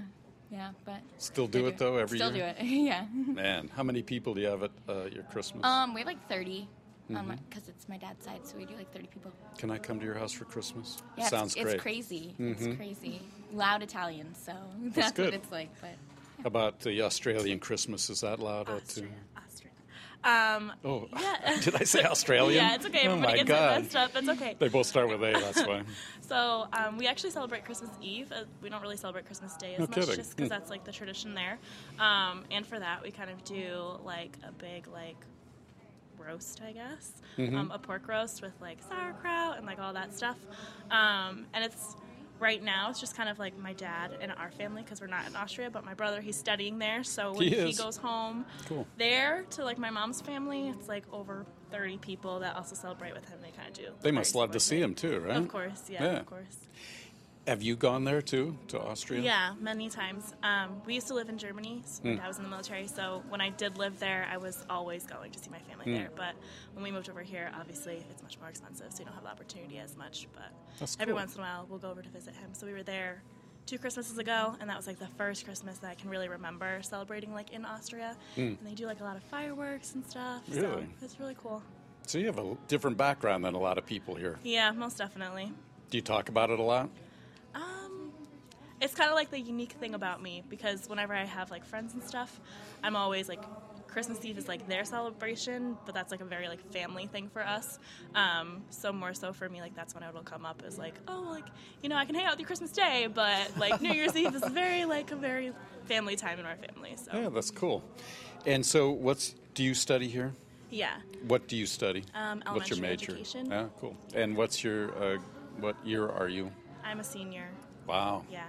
Speaker 8: Yeah, but
Speaker 3: Still do
Speaker 8: I
Speaker 3: it, though, every
Speaker 8: Still
Speaker 3: year?
Speaker 8: do
Speaker 3: [LAUGHS]
Speaker 8: it. [LAUGHS] yeah.
Speaker 3: Man, how many people do you have at uh, your Christmas?
Speaker 8: Mm-hmm. Um, we have like 30 on
Speaker 3: Mm-hmm.
Speaker 8: my cuz it's my dad's side, so we do like 30 people.
Speaker 3: Can I come to your house for Christmas?
Speaker 8: Yeah, it's-
Speaker 3: Sounds
Speaker 8: it's,
Speaker 3: great. Mm-hmm.
Speaker 8: crazy. It's crazy. Loud Italian, so [LAUGHS] that's,
Speaker 3: good.
Speaker 8: what it's like, but
Speaker 3: How about the Australian Christmas? Is that loud out too?
Speaker 9: Austria. Austria. Um,
Speaker 3: Oh,
Speaker 9: [LAUGHS] yeah.
Speaker 3: [LAUGHS] did I say Australian?
Speaker 9: yeah, it's okay.
Speaker 3: Oh
Speaker 9: Everybody
Speaker 3: my
Speaker 9: gets
Speaker 3: God.
Speaker 9: it messed up. It's okay.
Speaker 3: They both start with A.
Speaker 9: [LAUGHS]
Speaker 3: That's why.
Speaker 9: So um, we actually celebrate Christmas Eve. Uh, we don't really celebrate Christmas Day as
Speaker 3: No
Speaker 9: much,
Speaker 3: kidding.
Speaker 9: just because
Speaker 3: Hmm.
Speaker 9: that's like the tradition there. Um, and for that, we kind of do like a big like roast, I guess,
Speaker 3: Mm-hmm.
Speaker 9: um, a pork roast with like sauerkraut and like all that stuff. Um, and it's right now it's just kind of like my dad and our family because we're not in Austria, but my brother he's studying there, so when
Speaker 3: He
Speaker 9: he,
Speaker 3: is.
Speaker 9: goes home
Speaker 3: Cool.
Speaker 9: there to like my mom's family, it's like over. 30 people that also celebrate with him. They kind of do.
Speaker 3: They must
Speaker 9: very
Speaker 3: love
Speaker 9: similar
Speaker 3: to see
Speaker 9: thing.
Speaker 3: him too, right?
Speaker 9: Of course, yeah,
Speaker 3: Yeah.
Speaker 9: of course.
Speaker 3: Have you gone there too to Austria?
Speaker 9: Yeah, many times. Um, we used to live in Germany. So my
Speaker 3: Mm.
Speaker 9: dad was in the military, so when I did live there, I was always going to see my family
Speaker 3: Mm.
Speaker 9: there. But when we moved over here, obviously it's much more expensive, so you don't have the opportunity as much. But
Speaker 3: That's
Speaker 9: every
Speaker 3: cool.
Speaker 9: once in a while, we'll go over to visit him. So we were there two Christmases ago, and that was like the first Christmas that I can really remember celebrating like in Austria.
Speaker 3: Mm.
Speaker 9: And they do like a lot of fireworks and stuff. So
Speaker 3: Really?
Speaker 9: it's really cool.
Speaker 3: So you have a different background than a lot of people here.
Speaker 9: Yeah, most definitely.
Speaker 3: Do you talk about it a lot?
Speaker 9: Um, it's kind of like the unique thing about me because whenever I have like friends and stuff, I'm always like Christmas Eve is like their celebration, but that's like a very like family thing for us. Um, so more so for me, like that's when it'll come up is like, oh, like you know, I can hang out with you Christmas Day, but like New Year's Eve is very like a very family time in our family. So
Speaker 3: Yeah, that's cool. And so, what's do you study here?
Speaker 9: yeah.
Speaker 3: What do you study?
Speaker 9: Um,
Speaker 3: what's your
Speaker 9: elementary
Speaker 3: major?
Speaker 9: education.
Speaker 3: Yeah, cool. And what's your uh, what year are you?
Speaker 9: I'm a senior.
Speaker 3: Wow.
Speaker 9: Yeah.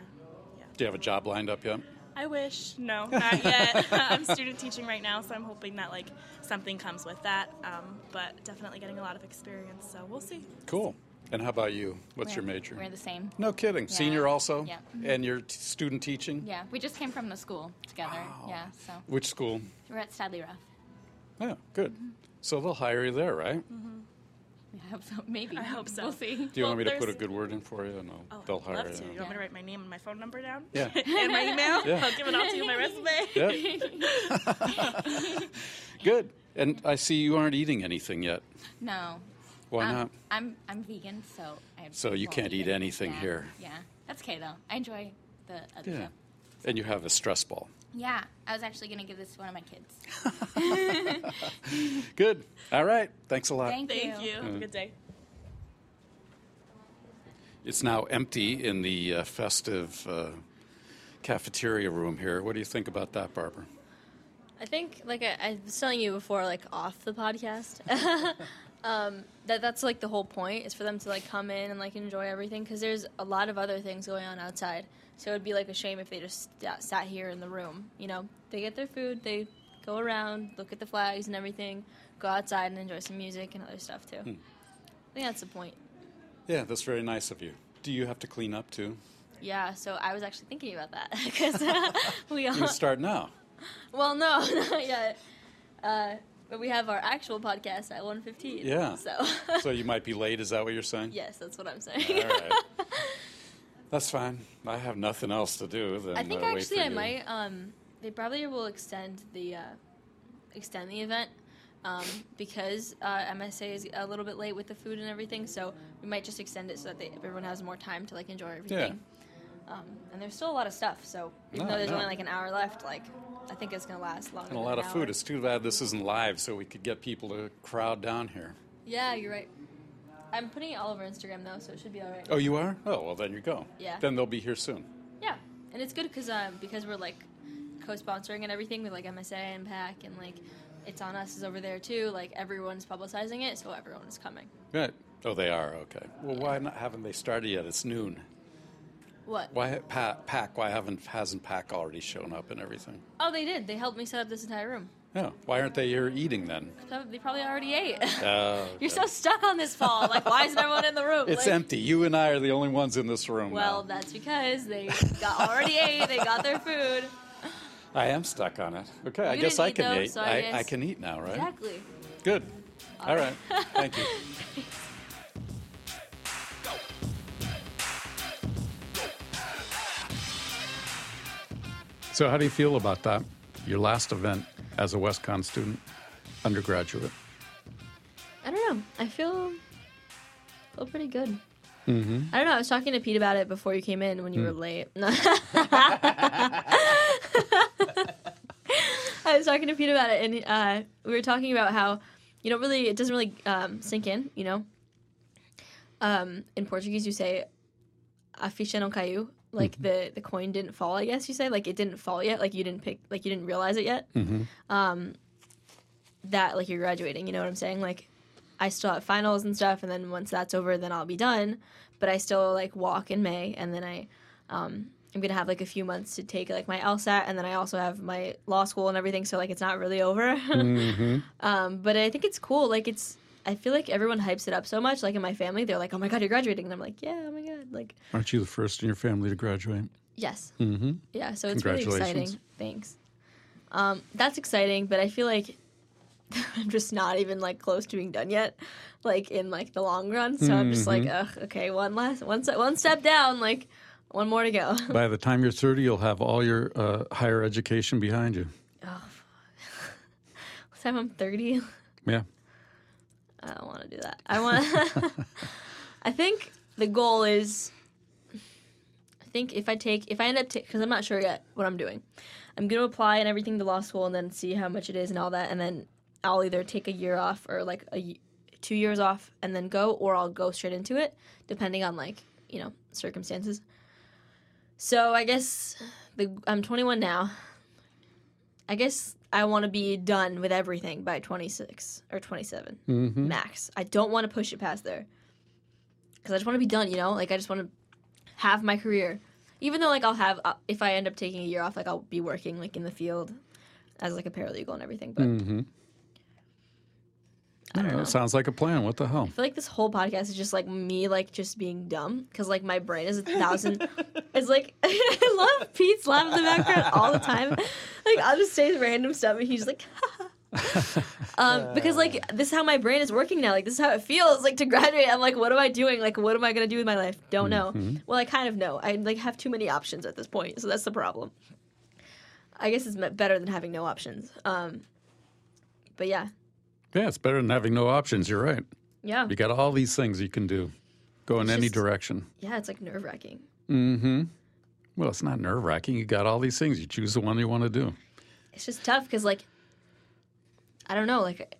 Speaker 3: Do you have a job lined up yet?
Speaker 9: I wish. No, not yet. [LAUGHS] I'm student teaching right now, so I'm hoping that like something comes with that. Um, but definitely getting a lot of experience, so we'll see.
Speaker 3: Cool. And how about you? What's your
Speaker 8: We're-
Speaker 3: major?
Speaker 8: We're the same.
Speaker 3: No kidding.
Speaker 8: Yeah.
Speaker 3: Senior also? Mm-hmm.
Speaker 8: Yeah.
Speaker 3: And you're t- student teaching?
Speaker 8: Yeah, we just came from the school together. Yeah, so
Speaker 3: Which school?
Speaker 8: we're at Stadley Ruff.
Speaker 3: Yeah, good. So they'll hire you there, right?
Speaker 8: I hope so. Maybe.
Speaker 9: I hope so.
Speaker 8: We'll see.
Speaker 3: [LAUGHS] Do you want me
Speaker 9: Well,
Speaker 3: to put a
Speaker 9: there's-
Speaker 3: good word in for you? No,
Speaker 9: Oh,
Speaker 3: they'll hire
Speaker 9: I'd love to. You
Speaker 3: you.
Speaker 9: want me to write my name and my phone number down?
Speaker 3: Yeah.
Speaker 9: [LAUGHS] and my email?
Speaker 3: Yeah.
Speaker 9: I'll give it all to you, my resume.
Speaker 3: [LAUGHS] Good. And I see you aren't eating anything yet.
Speaker 8: No.
Speaker 3: Why
Speaker 8: Um,
Speaker 3: not?
Speaker 8: I'm I'm vegan, so I
Speaker 3: So you
Speaker 8: won't
Speaker 3: can't eat
Speaker 8: it.
Speaker 3: anything
Speaker 8: Yeah,
Speaker 3: here.
Speaker 8: Yeah, that's okay though. I enjoy the other
Speaker 3: Yeah.
Speaker 8: stuff.
Speaker 3: And you have a stress ball.
Speaker 8: Yeah, I was actually gonna give this to one of my kids.
Speaker 3: Good. All right. Thanks a lot.
Speaker 8: Thank,
Speaker 9: Thank you. [LAUGHS] Have
Speaker 3: Mm.
Speaker 9: a good day.
Speaker 3: It's now empty in the uh, festive uh, cafeteria room here. What do you think about that, Barbara?
Speaker 1: I think, like I, I was telling you before, like off the podcast, [LAUGHS] um, that that's like the whole point is for them to like come in and like enjoy everything because there's a lot of other things going on outside. So it would be like a shame if they just sat, sat here in the room. You know, they get their food, they go around, look at the flags and everything, go outside and enjoy some music and other stuff
Speaker 3: Hmm.
Speaker 1: too. I think that's the point.
Speaker 3: Yeah, that's very nice of you. Do you have to clean up too?
Speaker 1: Yeah. So I was actually thinking about that [LAUGHS] because
Speaker 3: [LAUGHS]
Speaker 1: [LAUGHS] we
Speaker 3: You
Speaker 1: all
Speaker 3: can start now.
Speaker 1: Well, no, [LAUGHS] not yet. Uh, but we have our actual podcast at 1.15.
Speaker 3: Yeah.
Speaker 1: So,
Speaker 3: so you might be late. Is that what you're saying?
Speaker 1: [LAUGHS] yes, that's what I'm saying.
Speaker 3: All
Speaker 1: [LAUGHS]
Speaker 3: right. That's fine. I have nothing else to do than
Speaker 1: I think
Speaker 3: uh, wait
Speaker 1: actually
Speaker 3: for
Speaker 1: I
Speaker 3: you.
Speaker 1: might. Um, they probably will extend the uh, extend the event um, because uh, MSA is a little bit late with the food and everything. So we might just extend it so that they, everyone has more time to like enjoy everything. Um, and there's still a lot of stuff. So even
Speaker 3: No,
Speaker 1: though there's
Speaker 3: no.
Speaker 1: only like an hour left, like I think it's gonna last longer.
Speaker 3: And a
Speaker 1: than
Speaker 3: lot
Speaker 1: an
Speaker 3: of food.
Speaker 1: hour.
Speaker 3: It's too bad this isn't live, so we could get people to crowd down here.
Speaker 1: Yeah, you're right. I'm putting it all over Instagram though, so it should be all right.
Speaker 3: Oh, you are? Oh, well, then you go.
Speaker 1: Yeah.
Speaker 3: Then they'll be here soon.
Speaker 1: Yeah, and it's good because um, because we're like co-sponsoring and everything with like MSA and PAC and like it's on us is over there too. Like everyone's publicizing it, so everyone is coming.
Speaker 3: Right. Oh, they are. Okay. Well, why not, haven't they started yet? It's noon.
Speaker 1: What?
Speaker 3: Why ha- pa- Pack? Why haven't hasn't Pack already shown up and everything?
Speaker 1: Oh, they did. They helped me set up this entire room.
Speaker 3: Yeah. Why aren't they here eating then?
Speaker 1: So They probably already ate.
Speaker 3: Uh,
Speaker 1: [LAUGHS] You're so stuck on this fall. Like, why isn't everyone in the room?
Speaker 3: it's
Speaker 1: Like,
Speaker 3: empty. You and I are the only ones in this room.
Speaker 1: Well,
Speaker 3: now.
Speaker 1: that's because they got already ate. They got their food.
Speaker 3: I am stuck on it. Okay, I
Speaker 1: You
Speaker 3: guess
Speaker 1: didn't
Speaker 3: I
Speaker 1: eat,
Speaker 3: can
Speaker 1: though,
Speaker 3: eat.
Speaker 1: so
Speaker 3: I,
Speaker 1: I
Speaker 3: I
Speaker 1: guess-
Speaker 3: can eat now, right?
Speaker 1: Exactly.
Speaker 3: Good. All right.
Speaker 1: [LAUGHS]
Speaker 3: Thank you.
Speaker 10: So, how do you feel about that? Your last event as a WestCon student, undergraduate.
Speaker 1: I don't know. I feel feel pretty good.
Speaker 10: Mm-hmm.
Speaker 1: I don't know. I was talking to Pete about it before you came in when you were late. [LAUGHS] No. I was talking to Pete about it, and uh, we were talking about how you don't really, it doesn't really um, sink in, you know. Um, in Portuguese, you say "a ficha não caiu," like the the coin didn't fall. I guess you say like it didn't fall yet, like you didn't pick, like you didn't realize it yet. Um, that like you're graduating. You know what I'm saying? Like I still have finals and stuff, and then once that's over, then I'll be done. But I still like walk in May, and then I, um, I'm gonna have like a few months to take like my LSAT, and then I also have my [LAUGHS] law school and everything. So like it's not really over.
Speaker 10: Mm-hmm.
Speaker 1: um, but I think it's cool. Like it's, I feel like everyone hypes it up so much. Like in my family, they're like, "Oh my god, you're graduating," and I'm like, "Yeah, oh my god!" Like,
Speaker 3: Aren't you the first in your family to graduate?
Speaker 1: yes,
Speaker 3: Mm-hmm.
Speaker 1: yeah. So it's really
Speaker 3: Congratulations.
Speaker 1: exciting. Thanks. Um, that's exciting, but I feel like [LAUGHS] I'm just not even like close to being done yet. Like in like the long run, so I'm just like,
Speaker 3: Mm-hmm.
Speaker 1: ugh, okay, one last, one, se- one step down, like one more to go.
Speaker 3: [LAUGHS]
Speaker 1: [LAUGHS]
Speaker 3: By the time you're 30, you'll have all your uh, higher education behind you.
Speaker 1: Next time I'm 30,
Speaker 3: Yeah.
Speaker 1: I don't want to do that. I want. to I think the goal is. I think if I take if I end up because I'm not sure yet what I'm doing, I'm gonna apply and everything to law school and then see how much it is and all that, and then I'll either take a year off or like a y- two years off and then go, or I'll go straight into it, depending on like you know circumstances. So I guess the I'm 21 now. I guess I want to be done with everything by 26 or 27
Speaker 3: Mm-hmm.
Speaker 1: max. I don't want to push it past there because I just want to be done. You know, like I just want to have my career. Even though like I'll have uh, if I end up taking a year off, like I'll be working like in the field as like a paralegal and everything. But
Speaker 3: Mm-hmm.
Speaker 1: I don't know.
Speaker 3: It Uh, sounds like a plan. What the hell?
Speaker 1: I feel like this whole podcast is just like me like just being dumb because like my brain is a thousand. it's like [LAUGHS] I love Pete's laugh in the background all the time. Like I'll just say random stuff and he's like. [LAUGHS] um, because like this is how my brain is working now. Like this is how it feels like to graduate. I'm like, what am I doing? Like what am I gonna do with my life? Don't know. Well, I kind of know. I like have too many options at this point, so that's the problem. I guess it's me- better than having no options. Um, but yeah,
Speaker 3: Yeah, it's better than having no options. You're right.
Speaker 1: yeah,
Speaker 3: You got all these things you can do. Go in
Speaker 1: It's
Speaker 3: any
Speaker 1: just-
Speaker 3: direction.
Speaker 1: yeah. It's like nerve wracking.
Speaker 3: Mm-hmm. Well, it's not nerve wracking. You got all these things. You choose the one you want to do.
Speaker 1: it's just tough because like i don't know like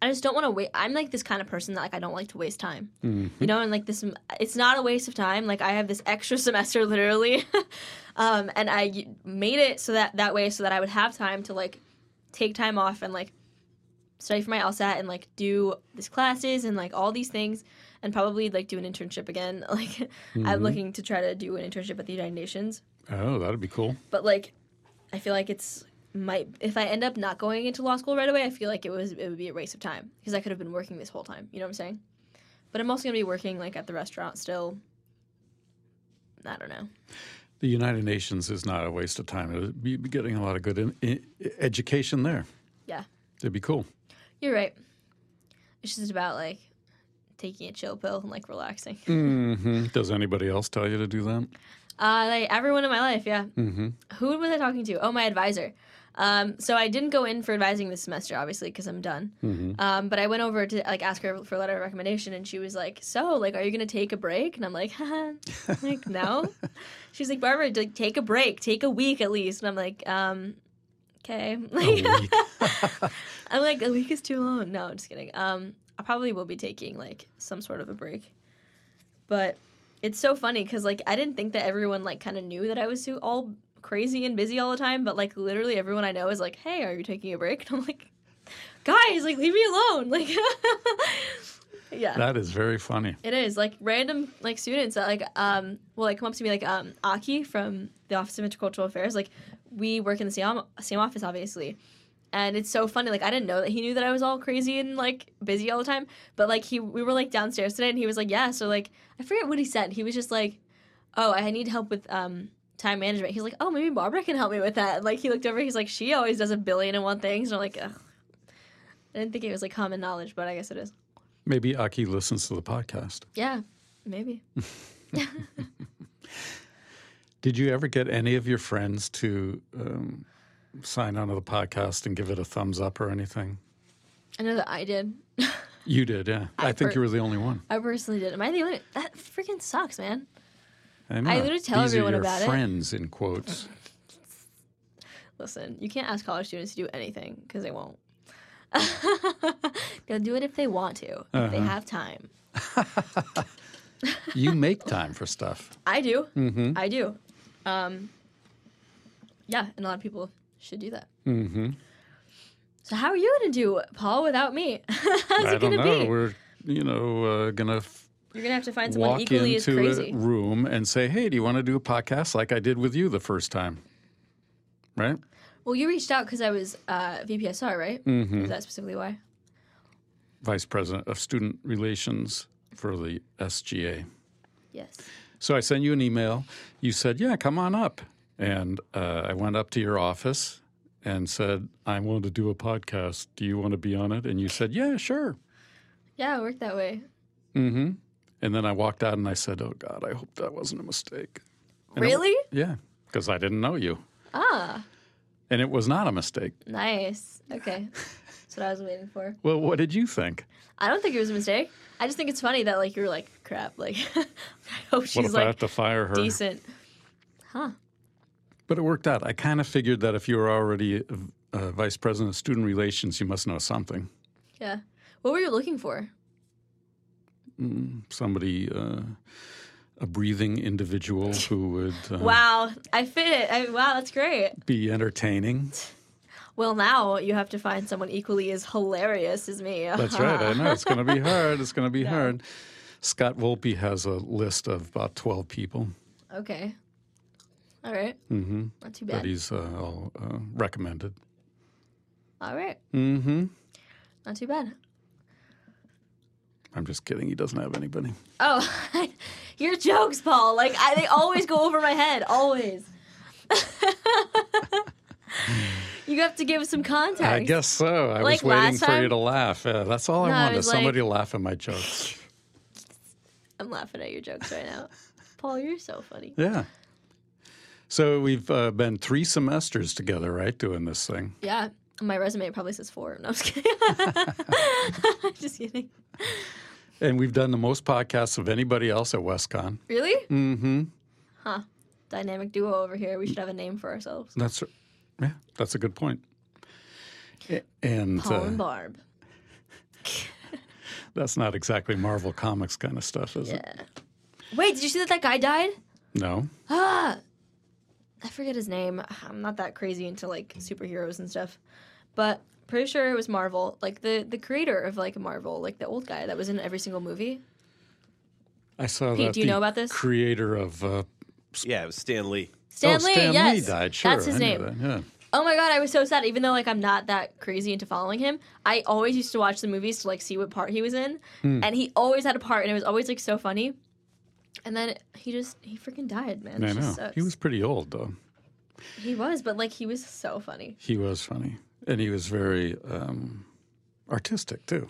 Speaker 1: i just don't want to wait i'm like this kind of person that like i don't like to waste time you know and like this it's not a waste of time like i have this extra [LAUGHS] semester literally [LAUGHS] um, and i y- made it so that that way so that i would have time to like take time off and like study for my lsat and like do these classes and like all these things and probably like do an internship again [LAUGHS] like i'm looking to try to do an internship at the united nations
Speaker 3: Oh, that'd be cool.
Speaker 1: but like i feel like it's might if i end up not going into law school right away i feel like it was it would be a waste of time because i could have been working this whole time you know what i'm saying but i'm also going to be working like at the restaurant still i don't know
Speaker 3: The United Nations is not a waste of time. It'd be be getting a lot of good in, i education there.
Speaker 1: yeah
Speaker 3: It'd be cool.
Speaker 1: you're right it's just about like taking a chill pill and like relaxing
Speaker 3: Mm-hmm. Does anybody else tell you to do that?
Speaker 1: Uh, like everyone in my life, yeah. Mm-hmm. Who was I talking to? Oh, my advisor. Um, so I didn't go in for advising this semester, obviously, because I'm done. Um, but I went over to like ask her for a letter of recommendation, and she was like, "So, like, are you gonna take a break?" And I'm like, [LAUGHS] Haha. "Like, no." She's like, "Barbara, like, take a break, take a week at least." And I'm like, um, "Okay." [LAUGHS] Like,
Speaker 3: A week.
Speaker 1: I'm like, "A week is too long." No, just kidding. Um, I probably will be taking like some sort of a break, but it's so funny because like I didn't think that everyone like kind of knew that I was so all crazy and busy all the time, but like literally everyone I know is like, "Hey, are you taking a break?" [LAUGHS] And I'm like, "Guys, like leave me alone!" [LAUGHS] Like, yeah,
Speaker 3: That is very funny.
Speaker 1: it is like random like students that like um will like come up to me like um Aki from the Office of Intercultural Affairs like we work in the same same office obviously. And it's so funny. Like I didn't know that he knew that I was all crazy and like busy all the time. But like he, we were like downstairs today, and he was like, "Yeah." So like I forget what he said. He was just like, "Oh, I need help with um time management." He's like, "Oh, maybe Barbara can help me with that." And, like he looked over. He's like, "She always does a billion and one things." And I'm like, Ugh. I didn't think it was like common knowledge, but I guess it is.
Speaker 3: Maybe Aki listens to the podcast.
Speaker 1: Yeah, maybe.
Speaker 3: Did you ever get any of your friends to um, sign onto the podcast and give it a thumbs up or anything?
Speaker 1: I know that I did. [LAUGHS]
Speaker 3: You did, yeah. I, think
Speaker 1: per-
Speaker 3: you were the only one.
Speaker 1: I personally did. Am I the only? That freaking sucks, man.
Speaker 3: I, know.
Speaker 1: I literally tell
Speaker 3: These
Speaker 1: everyone
Speaker 3: are your
Speaker 1: about it.
Speaker 3: friends in quotes.
Speaker 1: Listen, you can't ask college students to do anything because they won't. [LAUGHS] They'll do it if they want to, if they have time.
Speaker 3: You make time for stuff.
Speaker 1: I do. I do. Um, yeah, and a lot of people should do that. Mm-hmm. So how are you gonna do Paul without me? [LAUGHS] [LAUGHS] How's
Speaker 3: I
Speaker 1: it
Speaker 3: don't
Speaker 1: gonna
Speaker 3: know.
Speaker 1: be?
Speaker 3: We're you know uh, gonna f-
Speaker 1: You're gonna have to find someone
Speaker 3: walk
Speaker 1: equally as
Speaker 3: into a
Speaker 1: crazy.
Speaker 3: room and say, "Hey, do you want to do a podcast like I did with you the first time?" Right?
Speaker 1: Well, you reached out because I was uh, VPSR, right? Mm-hmm. Is that specifically why?
Speaker 3: vice president of student relations for the SGA.
Speaker 1: Yes.
Speaker 3: So I sent you an email. You said, "Yeah, come on up." And uh, I went up to your office and said, "I want to do a podcast. Do you want to be on it?" And you said, "Yeah, sure."
Speaker 1: Yeah, it worked that way.
Speaker 3: Mm-hmm. And then I walked out and I said, "Oh God, I hope that wasn't a mistake." And it wa-
Speaker 1: Really?
Speaker 3: yeah, because I didn't know you,
Speaker 1: Ah,
Speaker 3: and it was not a mistake.
Speaker 1: nice. Okay. That's what I was waiting for.
Speaker 3: Well, what did you think?
Speaker 1: I don't think it was a mistake. I just think it's funny that like you were like, crap, like [LAUGHS] I hope
Speaker 3: what
Speaker 1: she's
Speaker 3: if I have
Speaker 1: like
Speaker 3: to fire her?
Speaker 1: decent. Huh.
Speaker 3: But it worked out. I kind of figured that if you were already uh, vice president of student relations, you must know something.
Speaker 1: Yeah. What were you looking for?
Speaker 3: Somebody, uh, a breathing
Speaker 1: [LAUGHS]
Speaker 3: individual who would uh,
Speaker 1: Wow, I fit it. I, wow, that's great.
Speaker 3: be entertaining.
Speaker 1: Well, now you have to find someone equally as hilarious as me. [LAUGHS]
Speaker 3: That's right. I know it's going to be hard. It's going to be hard. Scott Volpe has a list of about twelve people
Speaker 1: Okay. All right.
Speaker 3: Mhm.
Speaker 1: Not too
Speaker 3: that
Speaker 1: bad.
Speaker 3: he's uh, all, uh, recommended.
Speaker 1: All right.
Speaker 3: Mm-hmm.
Speaker 1: Not too bad.
Speaker 3: I'm just kidding. He doesn't have anybody.
Speaker 1: Oh, [LAUGHS] your jokes, Paul. Like I, they always go over my head. Always. [LAUGHS] you have to give some context.
Speaker 3: I guess so. I
Speaker 1: Like
Speaker 3: was waiting
Speaker 1: last
Speaker 3: for you
Speaker 1: time?
Speaker 3: to laugh. Yeah, that's all I
Speaker 1: No, I
Speaker 3: wanted.
Speaker 1: was like-
Speaker 3: Somebody to laugh at my
Speaker 1: [LAUGHS]
Speaker 3: jokes.
Speaker 1: I'm laughing at your jokes right
Speaker 3: [LAUGHS]
Speaker 1: now. Paul, you're so funny.
Speaker 3: Yeah. So we've uh, been three semesters together, right, doing this thing.
Speaker 1: Yeah, my resume probably says four. No, I'm just kidding. [LAUGHS] just kidding.
Speaker 3: And we've done the most podcasts of anybody else at WestCon.
Speaker 1: Really?
Speaker 3: Mm-hmm.
Speaker 1: Dynamic duo over here. We should have a name for ourselves.
Speaker 3: That's yeah. That's a good point. A- And
Speaker 1: Paul and
Speaker 3: uh,
Speaker 1: Barb.
Speaker 3: that's not exactly Marvel Comics kind of stuff, is it?
Speaker 1: Yeah. Wait, did you see that that guy died?
Speaker 3: No.
Speaker 1: Ah, I forget his name. I'm not that crazy into like superheroes and stuff, but pretty sure it was Marvel, like the the creator of like Marvel, like the old guy that was in every single movie.
Speaker 3: Oh, I saw
Speaker 1: Pete,
Speaker 3: that
Speaker 1: do you
Speaker 3: the
Speaker 1: know about this?
Speaker 3: creator of uh,
Speaker 2: Yeah, it was Stan Lee.
Speaker 1: Stan
Speaker 3: oh,
Speaker 1: Lee.
Speaker 3: Stan
Speaker 1: yes,
Speaker 3: Lee died. Sure,
Speaker 1: that's his
Speaker 3: I knew
Speaker 1: name.
Speaker 3: that, Yeah.
Speaker 1: Oh my god, I was so sad. Even though like I'm not that crazy into following him, I always used to watch the movies to like see what part he was in,
Speaker 3: Hmm.
Speaker 1: and he always had a part, and it was always like so funny. And then he just he freaking died, man. It
Speaker 3: I
Speaker 1: just
Speaker 3: know.
Speaker 1: sucks.
Speaker 3: He was pretty old though.
Speaker 1: he was, but like he was so funny.
Speaker 3: He was funny, and he was very um, artistic too.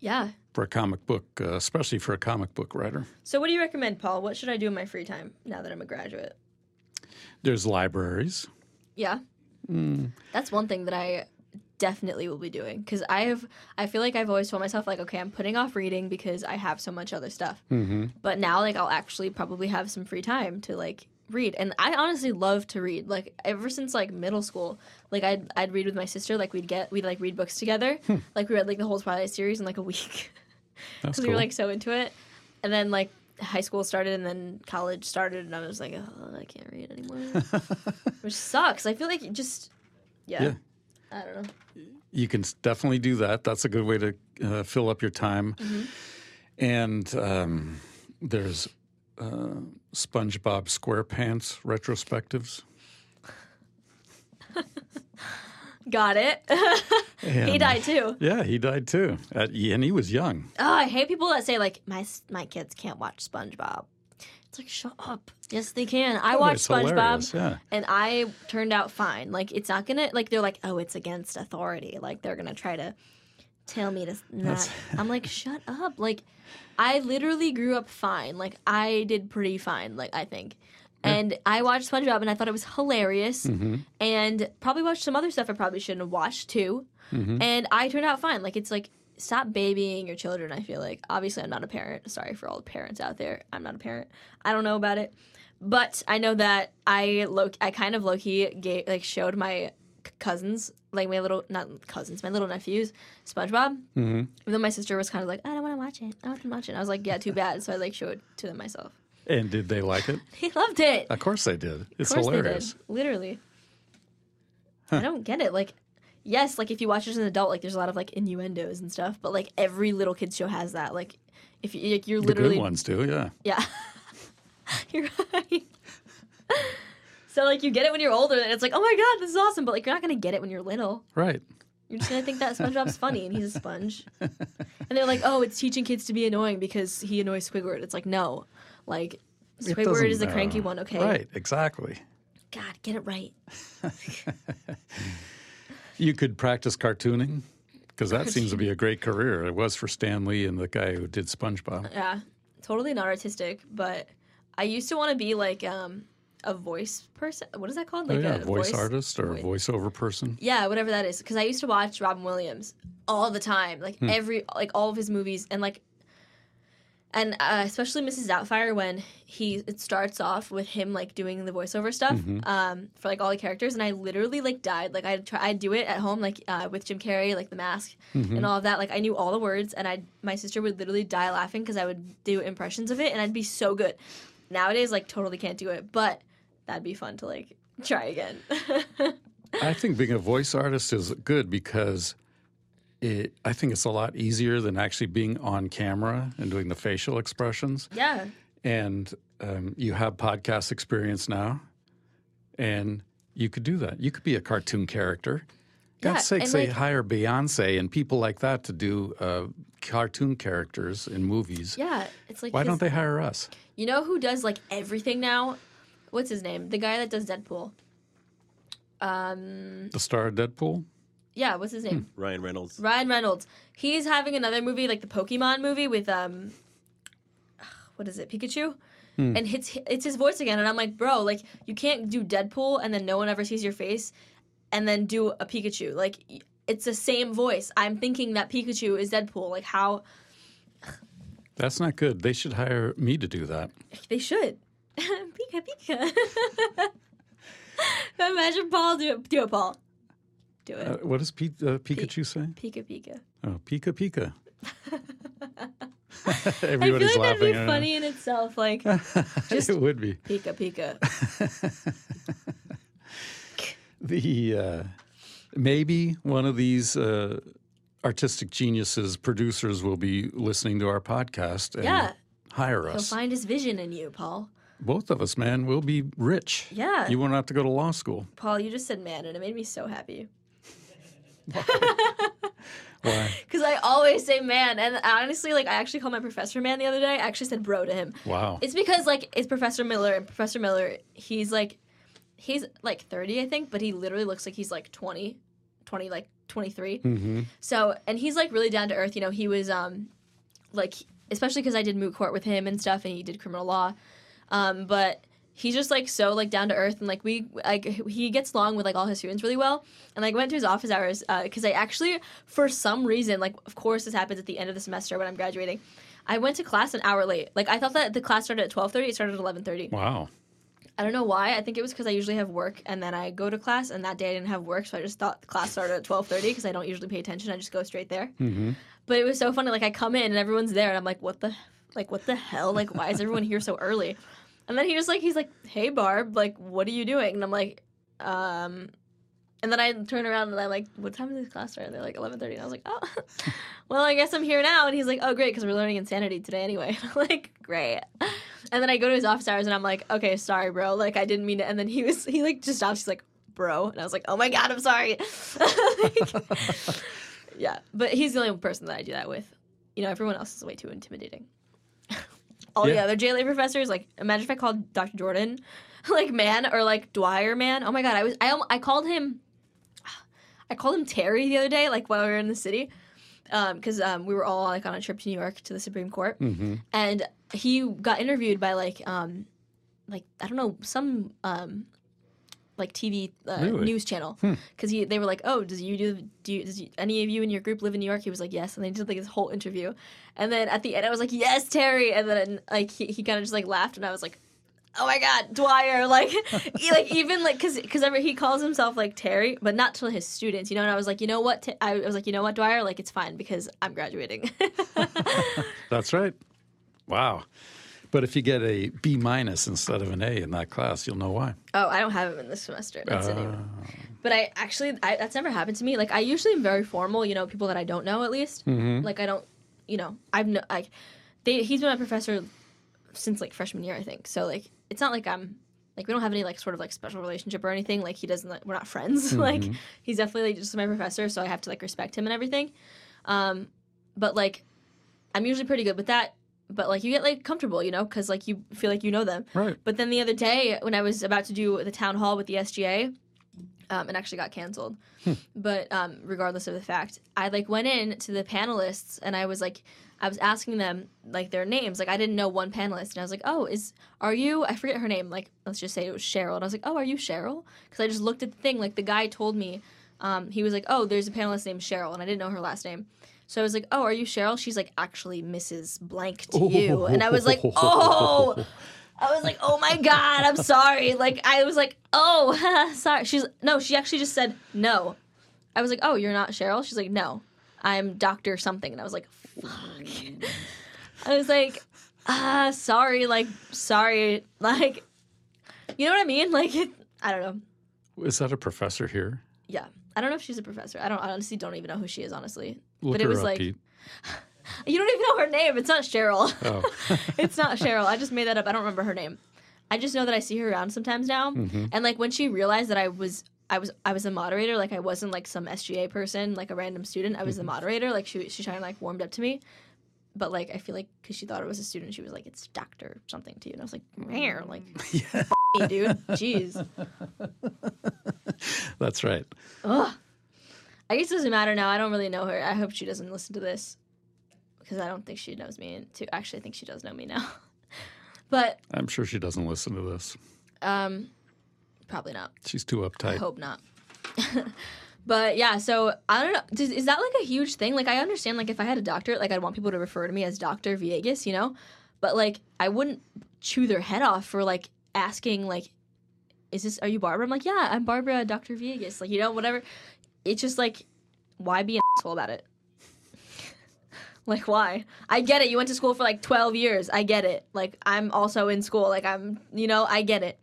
Speaker 1: Yeah.
Speaker 3: for a comic book, uh, especially for a comic book writer.
Speaker 1: So, what do you recommend, Paul? What should I do in my free time now that I'm a graduate?
Speaker 3: There's libraries.
Speaker 1: Yeah, that's one thing that I definitely will be doing because I have. I feel like I've always told myself like, okay, I'm putting off reading because I have so much other stuff. But now, like, I'll actually probably have some free time to like read. And I honestly love to read. Like, ever since like middle school, like I'd I'd read with my sister. Like we'd get we'd like read books together. Like we read like the whole Twilight series in like a week.
Speaker 3: That's
Speaker 1: because
Speaker 3: cool.
Speaker 1: we were like so into it. And then like high school started, and then college started, and I was like, oh, I can't read
Speaker 3: [LAUGHS]
Speaker 1: anymore, which sucks. I feel like it just yeah,
Speaker 3: Yeah.
Speaker 1: I don't know.
Speaker 3: you can s- definitely do that. That's a good way to uh, fill up your time.
Speaker 1: Mm-hmm.
Speaker 3: And um, there's uh, SpongeBob SquarePants retrospectives.
Speaker 1: Got it. [LAUGHS] he
Speaker 3: And-
Speaker 1: died too.
Speaker 3: Yeah, he died too, At, and he was young.
Speaker 1: Oh, I hate people that say like my s- my kids can't watch SpongeBob. It's like shut up. Yes, they can. I watched
Speaker 3: Oh, It's
Speaker 1: SpongeBob.
Speaker 3: hilarious, Yeah,
Speaker 1: And I turned out fine. Like it's not gonna like they're like oh it's against authority. Like they're gonna try to tell me to s- not.
Speaker 3: That's-
Speaker 1: [LAUGHS] I'm like shut up. Like I literally grew up fine. Like I did pretty fine. Like I think. And I watched SpongeBob and I thought it was hilarious.
Speaker 3: Mm-hmm.
Speaker 1: And probably watched some other stuff I probably shouldn't have watched too. And I turned out fine. Like it's like stop babying your children. I feel like obviously I'm not a parent. Sorry for all the parents out there. I'm not a parent. I don't know about it but I know that I low, I kind of low key gave, like showed my c- cousins, like my little not cousins, my little nephews, SpongeBob. Mm-hmm. Even though my sister was kind of like, I don't want to watch it. I don't want to watch it. I was like, yeah, too bad. So I like showed it to them myself. [LAUGHS]
Speaker 3: and did they like it?
Speaker 1: He loved it.
Speaker 3: Of course they did. It's
Speaker 1: of course
Speaker 3: hilarious.
Speaker 1: they did. Literally. I don't get it. Like, yes, like if you watch it as an adult, like there's a lot of like innuendos and stuff. But like every little kid show has that. Like, if you, like, you're
Speaker 3: The
Speaker 1: literally
Speaker 3: good ones do. Yeah,
Speaker 1: yeah. [LAUGHS] you're right. [LAUGHS] so like you get it when you're older and it's like, "Oh my god, this is awesome." But like you're not going to get it when you're little.
Speaker 3: right. [LAUGHS]
Speaker 1: You're just going to think that SpongeBob's funny and he's a sponge. and they're like, oh, it's teaching kids to be annoying because he annoys Squidward. It's like, no, like
Speaker 3: It doesn't
Speaker 1: Squidward is the
Speaker 3: matter.
Speaker 1: cranky one. Okay,
Speaker 3: Right, exactly.
Speaker 1: God, get it right.
Speaker 3: You could practice cartooning because that seems to be a great career. It was for Stan Lee and the guy who did SpongeBob.
Speaker 1: Yeah, totally not artistic, but I used to want to be like um, a voice person. What is that called?
Speaker 3: Oh,
Speaker 1: Like
Speaker 3: yeah, a voice, artist or a voiceover person.
Speaker 1: Yeah, whatever that is. Because I used to watch Robin Williams all the time, like
Speaker 3: Hmm.
Speaker 1: every, like all of his movies, and like, and uh, especially Mrs. Doubtfire when he it starts off with him like doing the voiceover stuff
Speaker 3: Mm-hmm.
Speaker 1: um, for like all the characters, and I literally like died. Like I try, I do it at home, like uh, with Jim Carrey, like The Mask
Speaker 3: Mm-hmm.
Speaker 1: and all of that. Like I knew all the words, and I my sister would literally die laughing because I would do impressions of it, and I'd be so good. Nowadays, like totally can't do it, but that'd be fun to like try again. [LAUGHS]
Speaker 3: I think being a voice artist is good because it, I think it's a lot easier than actually being on camera and doing the facial expressions.
Speaker 1: yeah.
Speaker 3: And um, you have podcast experience now, and you could do that. You could be a cartoon character. God's
Speaker 1: Yeah,
Speaker 3: sake,
Speaker 1: and,
Speaker 3: they
Speaker 1: like-
Speaker 3: hire Beyonce and people like that to do uh, cartoon characters in movies.
Speaker 1: Yeah, it's like
Speaker 3: Why don't
Speaker 1: his-
Speaker 3: they hire us?
Speaker 1: You know who does like everything now? What's his name? The guy that does Deadpool.
Speaker 3: The star of Deadpool?
Speaker 1: Yeah, what's his name?
Speaker 2: Ryan Reynolds.
Speaker 1: Ryan Reynolds. He's having another movie like the Pokemon movie with um what is it? Pikachu? And it's it's his voice again and I'm like, "Bro, like you can't do Deadpool and then no one ever sees your face and then do a Pikachu. Like y- it's the same voice. I'm thinking that Pikachu is Deadpool. Like how
Speaker 3: That's not good. They should hire me to do that.
Speaker 1: They should. [LAUGHS] Pika Pika. [LAUGHS] Imagine Paul do it. Do it, Paul. Do it.
Speaker 3: Uh, what does Pete, uh, Pikachu say?
Speaker 1: Pika Pika.
Speaker 3: Oh, Pika
Speaker 1: [LAUGHS]
Speaker 3: Pika. [LAUGHS]
Speaker 1: I feel
Speaker 3: Everybody's
Speaker 1: like that'd
Speaker 3: laughing.
Speaker 1: be
Speaker 3: I don't know. [LAUGHS]
Speaker 1: funny in itself. Like just
Speaker 3: It would be.
Speaker 1: Pika Pika.
Speaker 3: The uh, maybe one of these uh, artistic geniuses, producers, will be listening to our podcast and
Speaker 1: Yeah.
Speaker 3: hire
Speaker 1: He'll
Speaker 3: us.
Speaker 1: find his vision in you, Paul.
Speaker 3: Both of us, man, we'll be rich.
Speaker 1: Yeah.
Speaker 3: you won't have to go to law school.
Speaker 1: Paul, you just said man, and it made me so happy.
Speaker 3: Why?
Speaker 1: [LAUGHS] Because I always say man, and honestly, like I actually called my professor man the other day. I actually said bro to him.
Speaker 3: Wow.
Speaker 1: It's because like it's Professor Miller, and Professor Miller, he's like, he's like 30, I think, but he literally looks like he's like 20, 20, like 23.
Speaker 3: hmm
Speaker 1: So, and he's like really down to earth. You know, he was um, like especially because I did moot court with him and stuff, and he did criminal law. Um, but he's just like so like down to earth, and like we like he gets along with like all his students really well. And like went to his office hours because I actually for some reason like of course this happens at the end of the semester when I'm graduating. I went to class an hour late. Like I thought that the class started at twelve thirty. It started at eleven thirty.
Speaker 3: Wow.
Speaker 1: I don't know why. I think it was because I usually have work and then I go to class, and that day I didn't have work, so I just thought the class started at twelve thirty because I don't usually pay attention. I just go straight there. But it was so funny. Like I come in and everyone's there, and I'm like, what the, like what the hell? Like why is everyone here so early? And then he just like he's like, hey Barb, like what are you doing? And I'm like, um. And then I turn around and I'm like, "What time does this class start?" And they're like, "11:30." And I was like, "Oh, well, I guess I'm here now." And he's like, "Oh, great, because we're learning insanity today anyway." [LAUGHS] And I'm like, "Great." And then I go to his office hours and I'm like, okay, sorry, bro. Like, I didn't mean to. And then he was, he like just stops. He's like, bro. And I was like, oh my God, I'm sorry. [LAUGHS] Like, yeah. But he's the only person that I do that with. You know, everyone else is way too intimidating. [LAUGHS] All the
Speaker 3: Yeah.
Speaker 1: other JLA professors, like, imagine if I called Dr. Jordan, [LAUGHS] like, man, or like Dwyer, man. Oh my God. I was, I, al- I called him, [SIGHS] I called him Terry the other day, like, while we were in the city. Um, 'cause cause, um, we were all like on a trip to New York to the Supreme Court
Speaker 3: hmm
Speaker 1: and he got interviewed by like um like i don't know some um like tv uh,
Speaker 3: Really?
Speaker 1: news channel because he they were like oh does you do do you, does you, any of you in your group live in new york he was like yes and they did like this whole interview and then at the end i was like yes terry and then like he, he kind of just like laughed and i was like oh my god dwyer [LAUGHS] like he, like even like because because he calls himself like terry but not to his students you know and i was like you know what Ta- I was like you know what dwyer like it's fine because i'm graduating [LAUGHS]
Speaker 3: That's right. Wow. But if you get a B minus instead of an A in that class, you'll know why.
Speaker 1: Oh, I don't have them in this semester. That's it. But I actually, I, that's never happened to me. Like I usually am very formal. You know, people that I don't know at least. Like I don't, you know, I've no like, they. He's been my professor since like freshman year, I think. So like, it's not like I'm like we don't have any like sort of like special relationship or anything. Like he doesn't like we're not friends. [LAUGHS] like he's definitely like, just my professor, so I have to like respect him and everything. Um, but like I'm usually pretty good with that. But like you get like comfortable, you know, because like you feel like you know them.
Speaker 3: Right.
Speaker 1: But then the other day when I was about to do the town hall with the SGA, um, it actually got canceled. but um, regardless of the fact, I like went in to the panelists and I was like, I was asking them like their names. Like I didn't know one panelist, and I was like, "Oh, is are you?" I forget her name. Like let's just say it was Cheryl, and I was like, "Oh, are you Cheryl?" Because I just looked at the thing. Like the guy told me, um, he was like, "Oh, there's a panelist named Cheryl," and I didn't know her last name. So I was like, "Oh, are you Cheryl?" She's like, "Actually, Mrs. Blank to you," and I was like, "Oh." I was like, "Oh my god, I'm sorry." Like I was like, "Oh, [LAUGHS] sorry." She's no, she actually just said no. I was like, "Oh, you're not Cheryl?" She's like, "No, I'm Doctor something," and I was like, "Fuck." I was like, "Ah, sorry." Like, sorry. Like, you know what I mean? Like, it, I don't know.
Speaker 3: Is that a professor here?
Speaker 1: Yeah, I don't know if she's a professor. I don't. I honestly don't even know who she is. Honestly,
Speaker 3: Look
Speaker 1: but
Speaker 3: her
Speaker 1: it was
Speaker 3: up,
Speaker 1: like
Speaker 3: Pete.
Speaker 1: you don't even know her name. It's not Cheryl. [LAUGHS]
Speaker 3: Oh,
Speaker 1: it's not Cheryl. I just made that up. I don't remember her name. I just know that I see her around sometimes now.
Speaker 3: Mm-hmm.
Speaker 1: And like when she realized that I was I was I was a moderator, like I wasn't like some SGA person, like a random student. I was
Speaker 3: Mm-hmm.
Speaker 1: the moderator. Like she she kind of like warmed up to me. But like I feel like because she thought it was a student, she was like, "It's doctor something to you," and I was like, "Rare,
Speaker 3: [LAUGHS]
Speaker 1: like, f- me, dude, jeez."
Speaker 3: that's right.
Speaker 1: I guess it doesn't matter now. I don't really know her. I hope she doesn't listen to this because I don't think she knows me. And to actually, I think she does know me now. [LAUGHS] but
Speaker 3: I'm sure she doesn't listen to this.
Speaker 1: um, probably not.
Speaker 3: She's too
Speaker 1: I
Speaker 3: uptight.
Speaker 1: hope not. [LAUGHS] but yeah, so I don't know. Does, is that like a huge thing? Like, I understand, like, if I had a doctorate, like, I'd want people to refer to me as Dr. Viegas, you know? But, like, I wouldn't chew their head off for, like, asking, like, is this, are you Barbara? I'm like, yeah, I'm Barbara, Dr. Viegas. Like, you know, whatever. It's just like, why be an asshole about it? [LAUGHS] like, why? I get it. You went to school for like 12 years. I get it. Like, I'm also in school. Like, I'm, you know, I get it.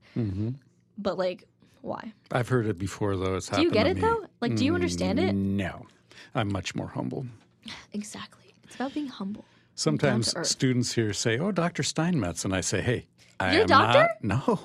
Speaker 1: But, like, why?
Speaker 3: I've heard it before, though. It's
Speaker 1: Do you
Speaker 3: happened
Speaker 1: get
Speaker 3: to
Speaker 1: it
Speaker 3: me. Mm.
Speaker 1: though? Like, do you understand it?
Speaker 3: No, I'm much more humble.
Speaker 1: Exactly. It's about being humble.
Speaker 3: Sometimes
Speaker 1: earth.
Speaker 3: students here say, "Oh, Dr. Steinmetz," and I say, "Hey, I
Speaker 1: You're a
Speaker 3: am
Speaker 1: doctor?
Speaker 3: not. [LAUGHS] No,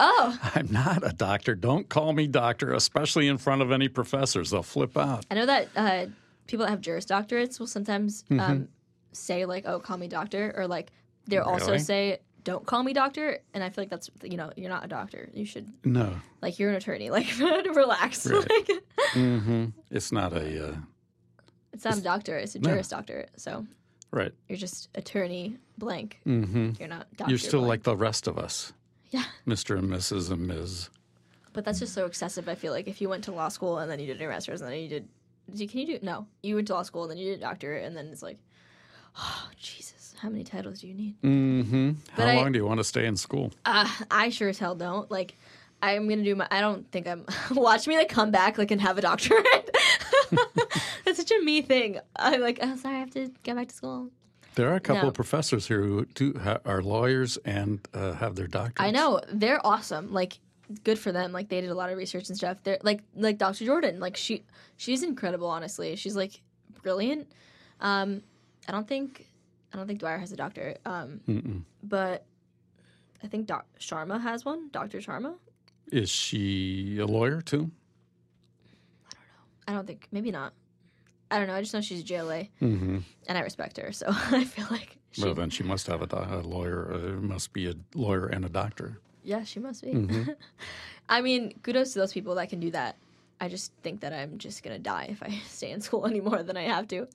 Speaker 3: oh, I'm not a doctor. Don't call me doctor, especially in front of any professors. They'll flip out.
Speaker 1: I know that uh, people that have juris doctorates will sometimes
Speaker 3: Mm-hmm.
Speaker 1: um, say like, "Oh, call me doctor," or like they'll also
Speaker 3: Really?
Speaker 1: say, "Don't call me doctor." And I feel like that's you know, you're not a doctor. You should
Speaker 3: No,
Speaker 1: like you're an attorney. [LAUGHS] Like relax.
Speaker 3: Right.
Speaker 1: Like
Speaker 3: Mm-hmm. it's not a uh,
Speaker 1: it's not a doctor. It's a
Speaker 3: No.
Speaker 1: juris doctorate. So
Speaker 3: right.
Speaker 1: you're just attorney blank.
Speaker 3: Mm-hmm.
Speaker 1: You're not doctor.
Speaker 3: You're still
Speaker 1: blank.
Speaker 3: like the rest of us,
Speaker 1: yeah.
Speaker 3: Mr. and Mrs. and Ms.
Speaker 1: But that's just so excessive. I feel like if you went to law school and then you did your master's and then you did, did you- can you do no? You went to law school and then you did a doctorate and then it's like, [SIGHS] oh Jesus, how many titles do you need?
Speaker 3: Mm-hmm. How
Speaker 1: But I-
Speaker 3: long do you want to stay in school?
Speaker 1: Uh, I sure as hell don't. Like, I'm gonna do my. I don't think I'm. [LAUGHS] Watch me like come back like and have a doctorate. [LAUGHS] that's such a me thing. I'm like, oh sorry, I have to go back to school.
Speaker 3: There are a couple
Speaker 1: No.
Speaker 3: of professors here who do, ha, are lawyers and uh, have their doctorates.
Speaker 1: I know they're awesome. Like, good for them. Like they did a lot of research and stuff. They're like like Dr. Jordan. Like she she's incredible. Honestly, she's like brilliant. Um, I don't think I don't think Dwyer has a doctor. Um, but I think Doc Sharma has one. Dr. Sharma.
Speaker 3: Is she a lawyer too?
Speaker 1: I don't think maybe not. I don't know. I just know she's a JLA, and I respect her. So [LAUGHS] I feel like she,
Speaker 3: well, then she must have a, do- a lawyer. uh, There must be a lawyer and a doctor.
Speaker 1: yeah, she must be. [LAUGHS] I mean, kudos to those people that can do that. I just think that I'm just gonna die if I [LAUGHS] stay in school any more than I have to.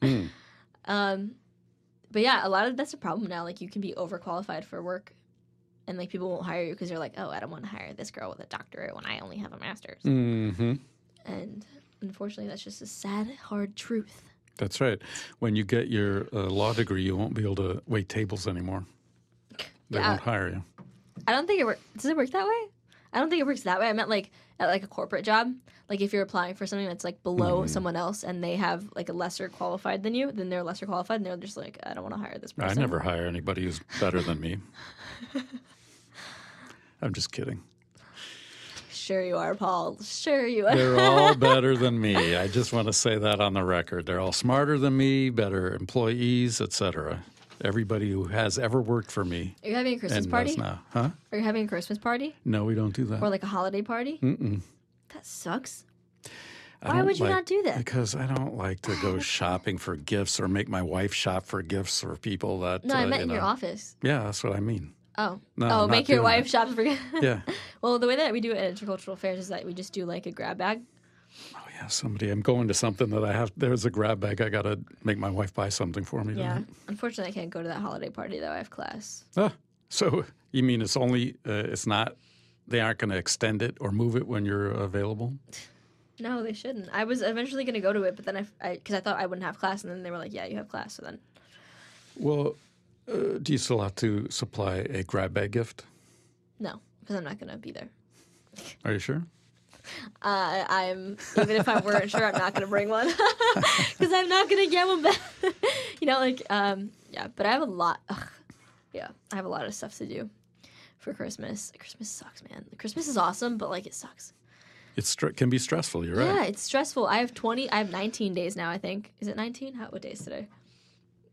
Speaker 1: Um, but yeah, a lot of that's a problem now. Like you can be overqualified for work, and like people won't hire you because they're like, oh, I don't want to hire this girl with a doctorate when I only have a master's.
Speaker 3: Mm-hmm.
Speaker 1: And unfortunately, that's just a sad, hard truth.
Speaker 3: That's right. When you get your uh, law degree, you won't be able to wait tables anymore. They
Speaker 1: Yeah.
Speaker 3: won't hire you.
Speaker 1: I don't think it works. Does it work that way? I don't think it works that way. I meant like at like a corporate job. Like if you're applying for something that's like
Speaker 3: Mm-hmm.
Speaker 1: below someone else and they have like a lesser qualified than you, then they're lesser qualified and they're just like, I don't want to hire this
Speaker 3: I
Speaker 1: person.
Speaker 3: never hire anybody who's better
Speaker 1: [LAUGHS]
Speaker 3: than me. I'm just kidding.
Speaker 1: Sure you are, Paul. Sure you are.
Speaker 3: They're all better than me. I just want to say that on the record. They're all smarter than me, better employees, etc. Everybody who has ever worked for me
Speaker 1: Are you having a Christmas
Speaker 3: and
Speaker 1: party?
Speaker 3: does now, huh?
Speaker 1: Are you having a Christmas party
Speaker 3: No, we don't do that.
Speaker 1: or like a holiday party? Mm-mm. That sucks. Why
Speaker 3: don't
Speaker 1: would you
Speaker 3: like-
Speaker 1: not do that?
Speaker 3: Because I don't like to
Speaker 1: [SIGHS]
Speaker 3: go shopping for gifts or make my wife shop for gifts for people that.
Speaker 1: No,
Speaker 3: uh,
Speaker 1: I meant
Speaker 3: you
Speaker 1: in your
Speaker 3: know-
Speaker 1: office.
Speaker 3: Yeah, that's what I mean.
Speaker 1: Oh.
Speaker 3: No,
Speaker 1: oh,
Speaker 3: not
Speaker 1: make your
Speaker 3: doing
Speaker 1: wife
Speaker 3: that.
Speaker 1: shop for
Speaker 3: Yeah.
Speaker 1: [LAUGHS] Well, the way that we do it at intercultural fairs is that we just do like a grab bag.
Speaker 3: Mm-hmm. Yeah, somebody, I'm going to something that I have. There's a grab bag. I got to make my wife buy something for me.
Speaker 1: Yeah.
Speaker 3: tonight.
Speaker 1: Unfortunately, I can't go to that holiday party though. I have class.
Speaker 3: Ah, so [LAUGHS] you mean it's only, uh, it's not, they aren't going to extend it or move it when you're available?
Speaker 1: No, they shouldn't. I was eventually going to go to it, but then I, because I, thought I wouldn't have class, and then they were like, "Yeah, you have class." So then,
Speaker 3: Well, uh, do you still have to supply a grab bag gift?
Speaker 1: no, because I'm not going to be there.
Speaker 3: Are you sure?
Speaker 1: Uh, I'm even if I weren't sure, I'm not going to bring one [LAUGHS] because I'm not going to get one back. [LAUGHS] you know, like um, yeah. But I have a lot. Ugh, yeah, I have a lot of stuff to do for Christmas. Christmas sucks, man. Christmas is awesome, but like it sucks.
Speaker 3: It str- can be stressful. You're
Speaker 1: Yeah,
Speaker 3: right.
Speaker 1: it's stressful. I have 20, I have 19 days now, I think. Is it 19? How, what day is today?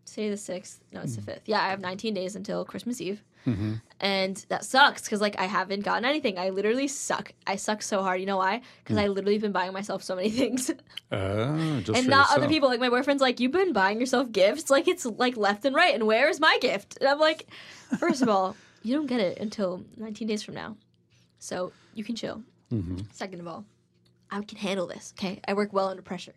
Speaker 1: Today the 6th. No, it's the 5th. Yeah, I have 19 days until Christmas Eve. And that sucks because, like, I haven't gotten anything. I literally suck. I suck so hard. You know why? Because I literally been buying myself so many [LAUGHS] things.
Speaker 3: Ah, just
Speaker 1: and
Speaker 3: for
Speaker 1: not other
Speaker 3: yourself.
Speaker 1: people. Like, my boyfriend's like, You've been buying yourself gifts? Like, it's like left and right. And where is my gift? And I'm like, First of all, [LAUGHS] you don't get it until 19 days from now. So you can chill.
Speaker 3: Mm-hmm.
Speaker 1: Second of all, I can handle this. Okay, I work well under
Speaker 3: [LAUGHS]
Speaker 1: pressure.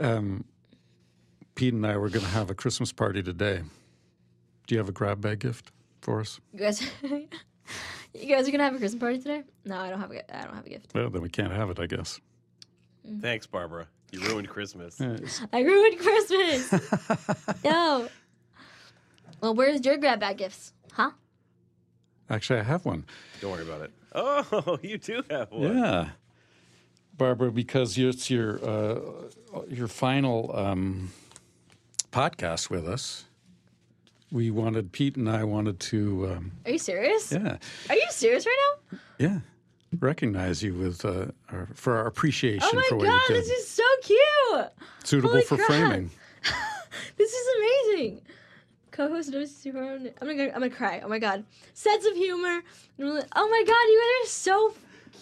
Speaker 1: yeah.
Speaker 3: Pete and I were going to have a Christmas party today. Do you have a grab bag gift for us?
Speaker 1: You guys, [LAUGHS] you guys are gonna have a Christmas party today? No, I don't have a. I don't have a gift.
Speaker 3: Well, then we can't have it, I guess.
Speaker 1: Mm-hmm.
Speaker 2: Thanks, Barbara. You ruined Christmas.
Speaker 1: I ruined Christmas.
Speaker 3: [LAUGHS]
Speaker 1: no. Well, where's your grab bag gifts? Huh?
Speaker 3: Actually, I have one.
Speaker 2: Don't worry about it. Oh, [LAUGHS] you do have one.
Speaker 3: Yeah, Barbara, because you- it's your uh, your final um, podcast with us. We wanted Pete and I wanted to um,
Speaker 1: Are you serious?
Speaker 3: yeah
Speaker 1: Are you serious right now?
Speaker 3: yeah recognize you with uh, our, for our appreciation
Speaker 1: Oh my
Speaker 3: for what
Speaker 1: god,
Speaker 3: you did.
Speaker 1: this is so cute.
Speaker 3: Suitable
Speaker 1: holy
Speaker 3: for
Speaker 1: crap.
Speaker 3: framing.
Speaker 1: This is amazing. Co-host knows I'm gonna, I'm gonna cry. Oh my god, sense of humor. Really- Oh my god, you guys are so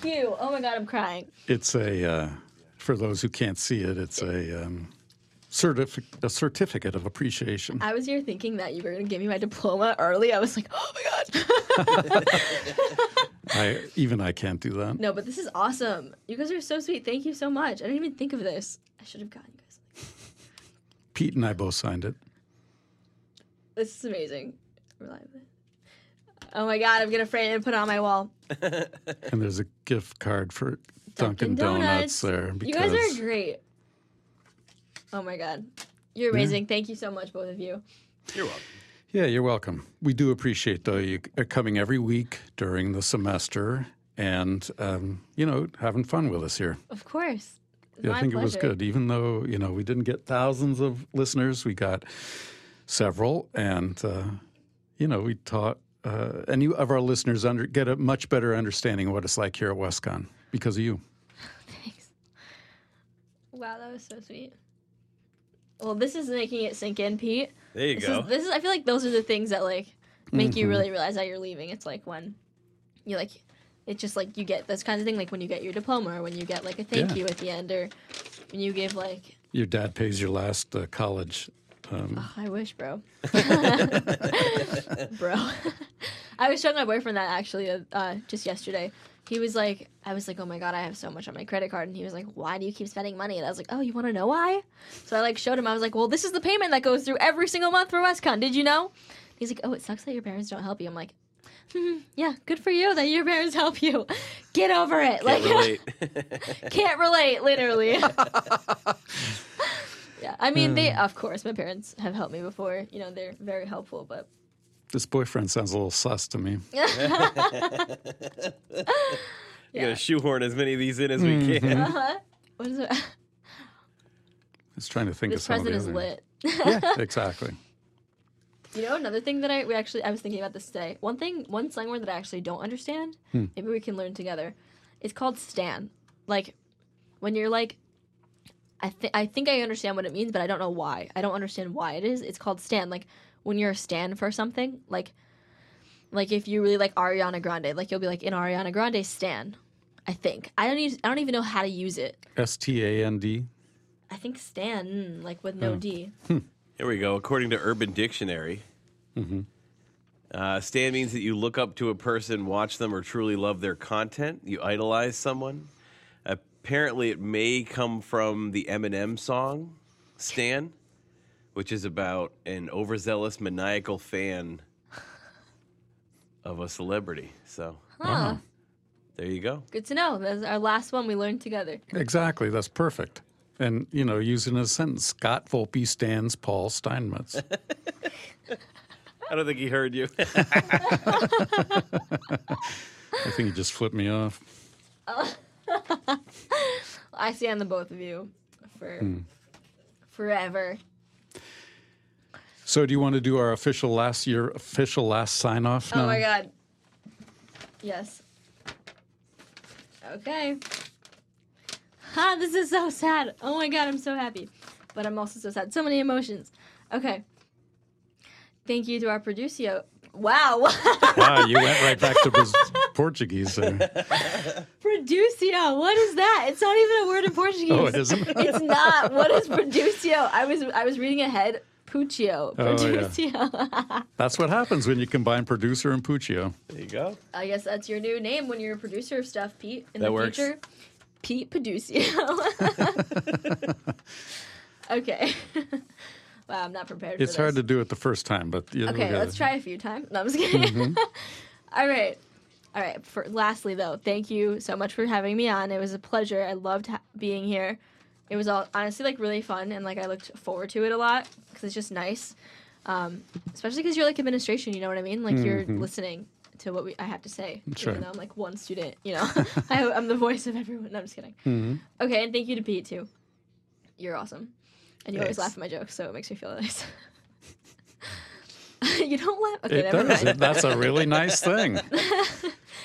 Speaker 1: cute. Oh my god, I'm crying.
Speaker 3: It's a uh, for those who can't see it. It's a um, certific- a certificate of appreciation.
Speaker 1: I was here thinking that you were gonna give me my diploma early. I was like, oh my
Speaker 3: [LAUGHS]
Speaker 1: god.
Speaker 3: I even I can't do that.
Speaker 1: no, but this is awesome. You guys are so sweet. Thank you so much. I didn't even think of this. I should have gotten you guys.
Speaker 3: Pete and I both signed it.
Speaker 1: This is amazing. Reliable. Oh my god, I'm gonna frame it and put it on my wall.
Speaker 3: And there's a gift card for
Speaker 1: Dunkin'
Speaker 3: Dunkin',
Speaker 1: Donuts.
Speaker 3: Donuts. there. Because
Speaker 1: You guys are great. Oh my god. You're amazing. Thank you so much, both of you.
Speaker 2: You're welcome.
Speaker 3: Yeah, you're welcome. We do appreciate though you uh, coming every week during the semester and um, you know having fun with us here.
Speaker 1: Of course.
Speaker 3: Yeah,
Speaker 1: My
Speaker 3: I think it was
Speaker 1: pleasure.
Speaker 3: good, even though you know we didn't get thousands of listeners. We got several, and uh, you know we taught uh, any of our listeners under get a much better understanding of what it's like here at WestCon because of you.
Speaker 1: Wow, that was so sweet. Well, this is making it sink in, Pete.
Speaker 2: There you
Speaker 1: This
Speaker 2: go.
Speaker 1: is this is I feel like those are the things that like make you
Speaker 3: Mm-hmm.
Speaker 1: really realize that you're leaving. It's like when you like it's just like you get this kind of thing like when you get your diploma or when you get like a thank
Speaker 3: Yeah.
Speaker 1: you at the end or when you give like
Speaker 3: Your dad pays your last uh, college. Um,
Speaker 1: Oh, I wish, bro. bro. I was showing my boyfriend that actually uh, uh, just yesterday. He was like, I was like, oh my God, I have so much on my credit card. And he was like, why do you keep spending money? And I was like, oh, you want to know why? So I like showed him, I was like, well, this is the payment that goes through every single month for WestCon. Did you know? He's like, oh, it sucks that your parents don't help you. I'm like, hmm, yeah, good for you that your parents help you. Get over it. like,
Speaker 2: Can't relate. [LAUGHS]
Speaker 1: can't relate, literally.
Speaker 3: [LAUGHS]
Speaker 1: [LAUGHS] yeah, I mean, they,
Speaker 3: Hmm.
Speaker 1: of course, my parents have helped me before. You know, they're very helpful, but
Speaker 3: This boyfriend sounds a little sus to me.
Speaker 2: You gotta shoehorn as many of these in as we
Speaker 1: Mm-hmm.
Speaker 2: can.
Speaker 1: [LAUGHS] what is it?
Speaker 3: I was trying to think
Speaker 1: this
Speaker 3: of some
Speaker 1: present
Speaker 3: of
Speaker 1: is
Speaker 3: the other-
Speaker 1: lit. [LAUGHS]
Speaker 3: Yeah, exactly.
Speaker 1: You know, another thing that I we actually I was thinking about this today. One thing, one slang word that I actually don't understand. Maybe we can learn together. It's called stan. Like when you're like, I think I think I understand what it means, but I don't know why. I don't understand why it is. It's called stan. Like when you're a stan for something. Like like if you really like Ariana Grande, like you'll be like in Ariana Grande stan. I think I don't even I don't even know how to use it.
Speaker 3: S T A N D.
Speaker 1: I think Stan, mm, like with no D.
Speaker 2: Here we go. According to Urban Dictionary, uh, stan means that you look up to a person, watch them, or truly love their content. You idolize someone. Apparently, it may come from the Eminem song "Stan," which is about an overzealous, maniacal fan of a celebrity. So
Speaker 1: Huh.
Speaker 2: there you go.
Speaker 1: Good to know. That's our last one we learned together.
Speaker 3: Exactly. That's perfect. And, you know, using a sentence Scott Volpe stands Paul Steinmetz.
Speaker 2: I don't think he heard you.
Speaker 3: I think he just flipped me off.
Speaker 1: I stand the both of you for
Speaker 3: Hmm.
Speaker 1: forever. Oh
Speaker 3: So, do you want to do our official last year, official last sign off now?
Speaker 1: Oh my god. Yes. Okay. Ha, this is so sad. Oh my god, I'm so happy. But I'm also so sad. So many emotions. Okay. Thank you to our producio. Wow. [LAUGHS]
Speaker 3: Wow, you went right back to Braz- Portuguese there.
Speaker 1: producio. What is that? It's not even a word in Portuguese.
Speaker 3: Oh, it isn't?
Speaker 1: It's not. What is producio? I was I was reading ahead. Puccio.
Speaker 3: Oh, yeah.
Speaker 1: Producio. [LAUGHS]
Speaker 3: That's what happens when you combine producer and Puccio.
Speaker 2: there you go.
Speaker 1: I guess that's your new name when you're a producer of stuff, Pete. In
Speaker 2: That
Speaker 1: the
Speaker 2: works.
Speaker 1: future, Pete Paducio.
Speaker 2: [LAUGHS]
Speaker 1: okay. [LAUGHS] wow, I'm not prepared.
Speaker 3: It's
Speaker 1: for
Speaker 3: hard
Speaker 1: this.
Speaker 3: to do it the first time, but you
Speaker 1: Okay,
Speaker 3: gotta- Mm-hmm.
Speaker 1: let's
Speaker 3: [LAUGHS]
Speaker 1: try a few times. No, I'm just kidding. All right. All right. For, lastly, though, thank you so much for having me on. It was a pleasure. I loved ha- being here. It was all honestly like really fun, and like I looked forward to it a lot because it's just nice, um, especially because you're like administration. You know what I mean? Like you're listening to what we, I have to say,
Speaker 3: Mm-hmm. Sure.
Speaker 1: even though I'm like one student. You know, [LAUGHS] I, I'm the voice of everyone. No, I'm just kidding.
Speaker 3: Mm-hmm.
Speaker 1: Okay, and thank you to Pete too. You're awesome, and you always laugh at my jokes, so it makes me feel nice. [LAUGHS] you don't laugh. Okay,
Speaker 3: It
Speaker 1: never
Speaker 3: does.
Speaker 1: mind.
Speaker 3: It- that's a
Speaker 1: [LAUGHS]
Speaker 3: really nice thing.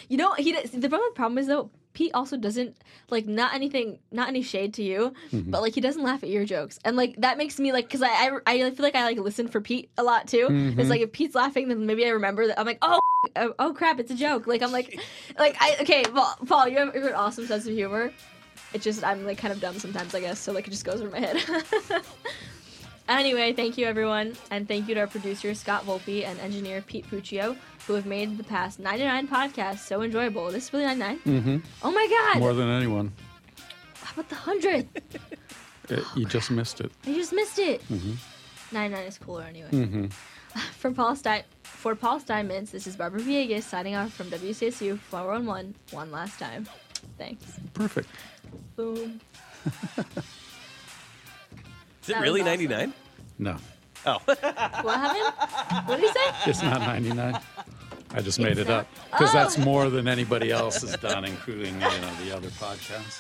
Speaker 1: You know, he does- the problem, problem is though. Pete also doesn't like not anything, not any shade to you, but like he doesn't laugh at your jokes, and like that makes me like because I, I I feel like I like listen for Pete a lot too. It's like if Pete's laughing, then maybe I remember that I'm like oh oh, oh crap, it's a joke. Like I'm like like I okay, Paul, Paul, you have you have an awesome sense of humor. It's just I'm like kind of dumb sometimes, I guess, so like it just goes over my head. [LAUGHS] Anyway, thank you everyone, and thank you to our producer Scott Volpe and engineer Pete Puccio, who have made the past 99 podcasts so enjoyable. This is really 99. Mm-hmm. Oh my god!
Speaker 3: More than anyone.
Speaker 1: How about the hundred?
Speaker 3: Uh, you just missed it.
Speaker 1: I just missed it. 99 is cooler anyway. [LAUGHS] for Paul Stein, for Paul Steinmetz, this is Barbara Viegas signing off from WCSU 411 oh one last time. Thanks.
Speaker 3: Perfect.
Speaker 1: Boom.
Speaker 2: Is it
Speaker 1: That was
Speaker 2: really Oh.
Speaker 1: awesome.
Speaker 2: 99?
Speaker 3: No,
Speaker 1: What happened? What did he say?
Speaker 3: it's not 99. I just made it up because that's
Speaker 1: Oh.
Speaker 3: more than anybody else has done, including you know, the other podcasts.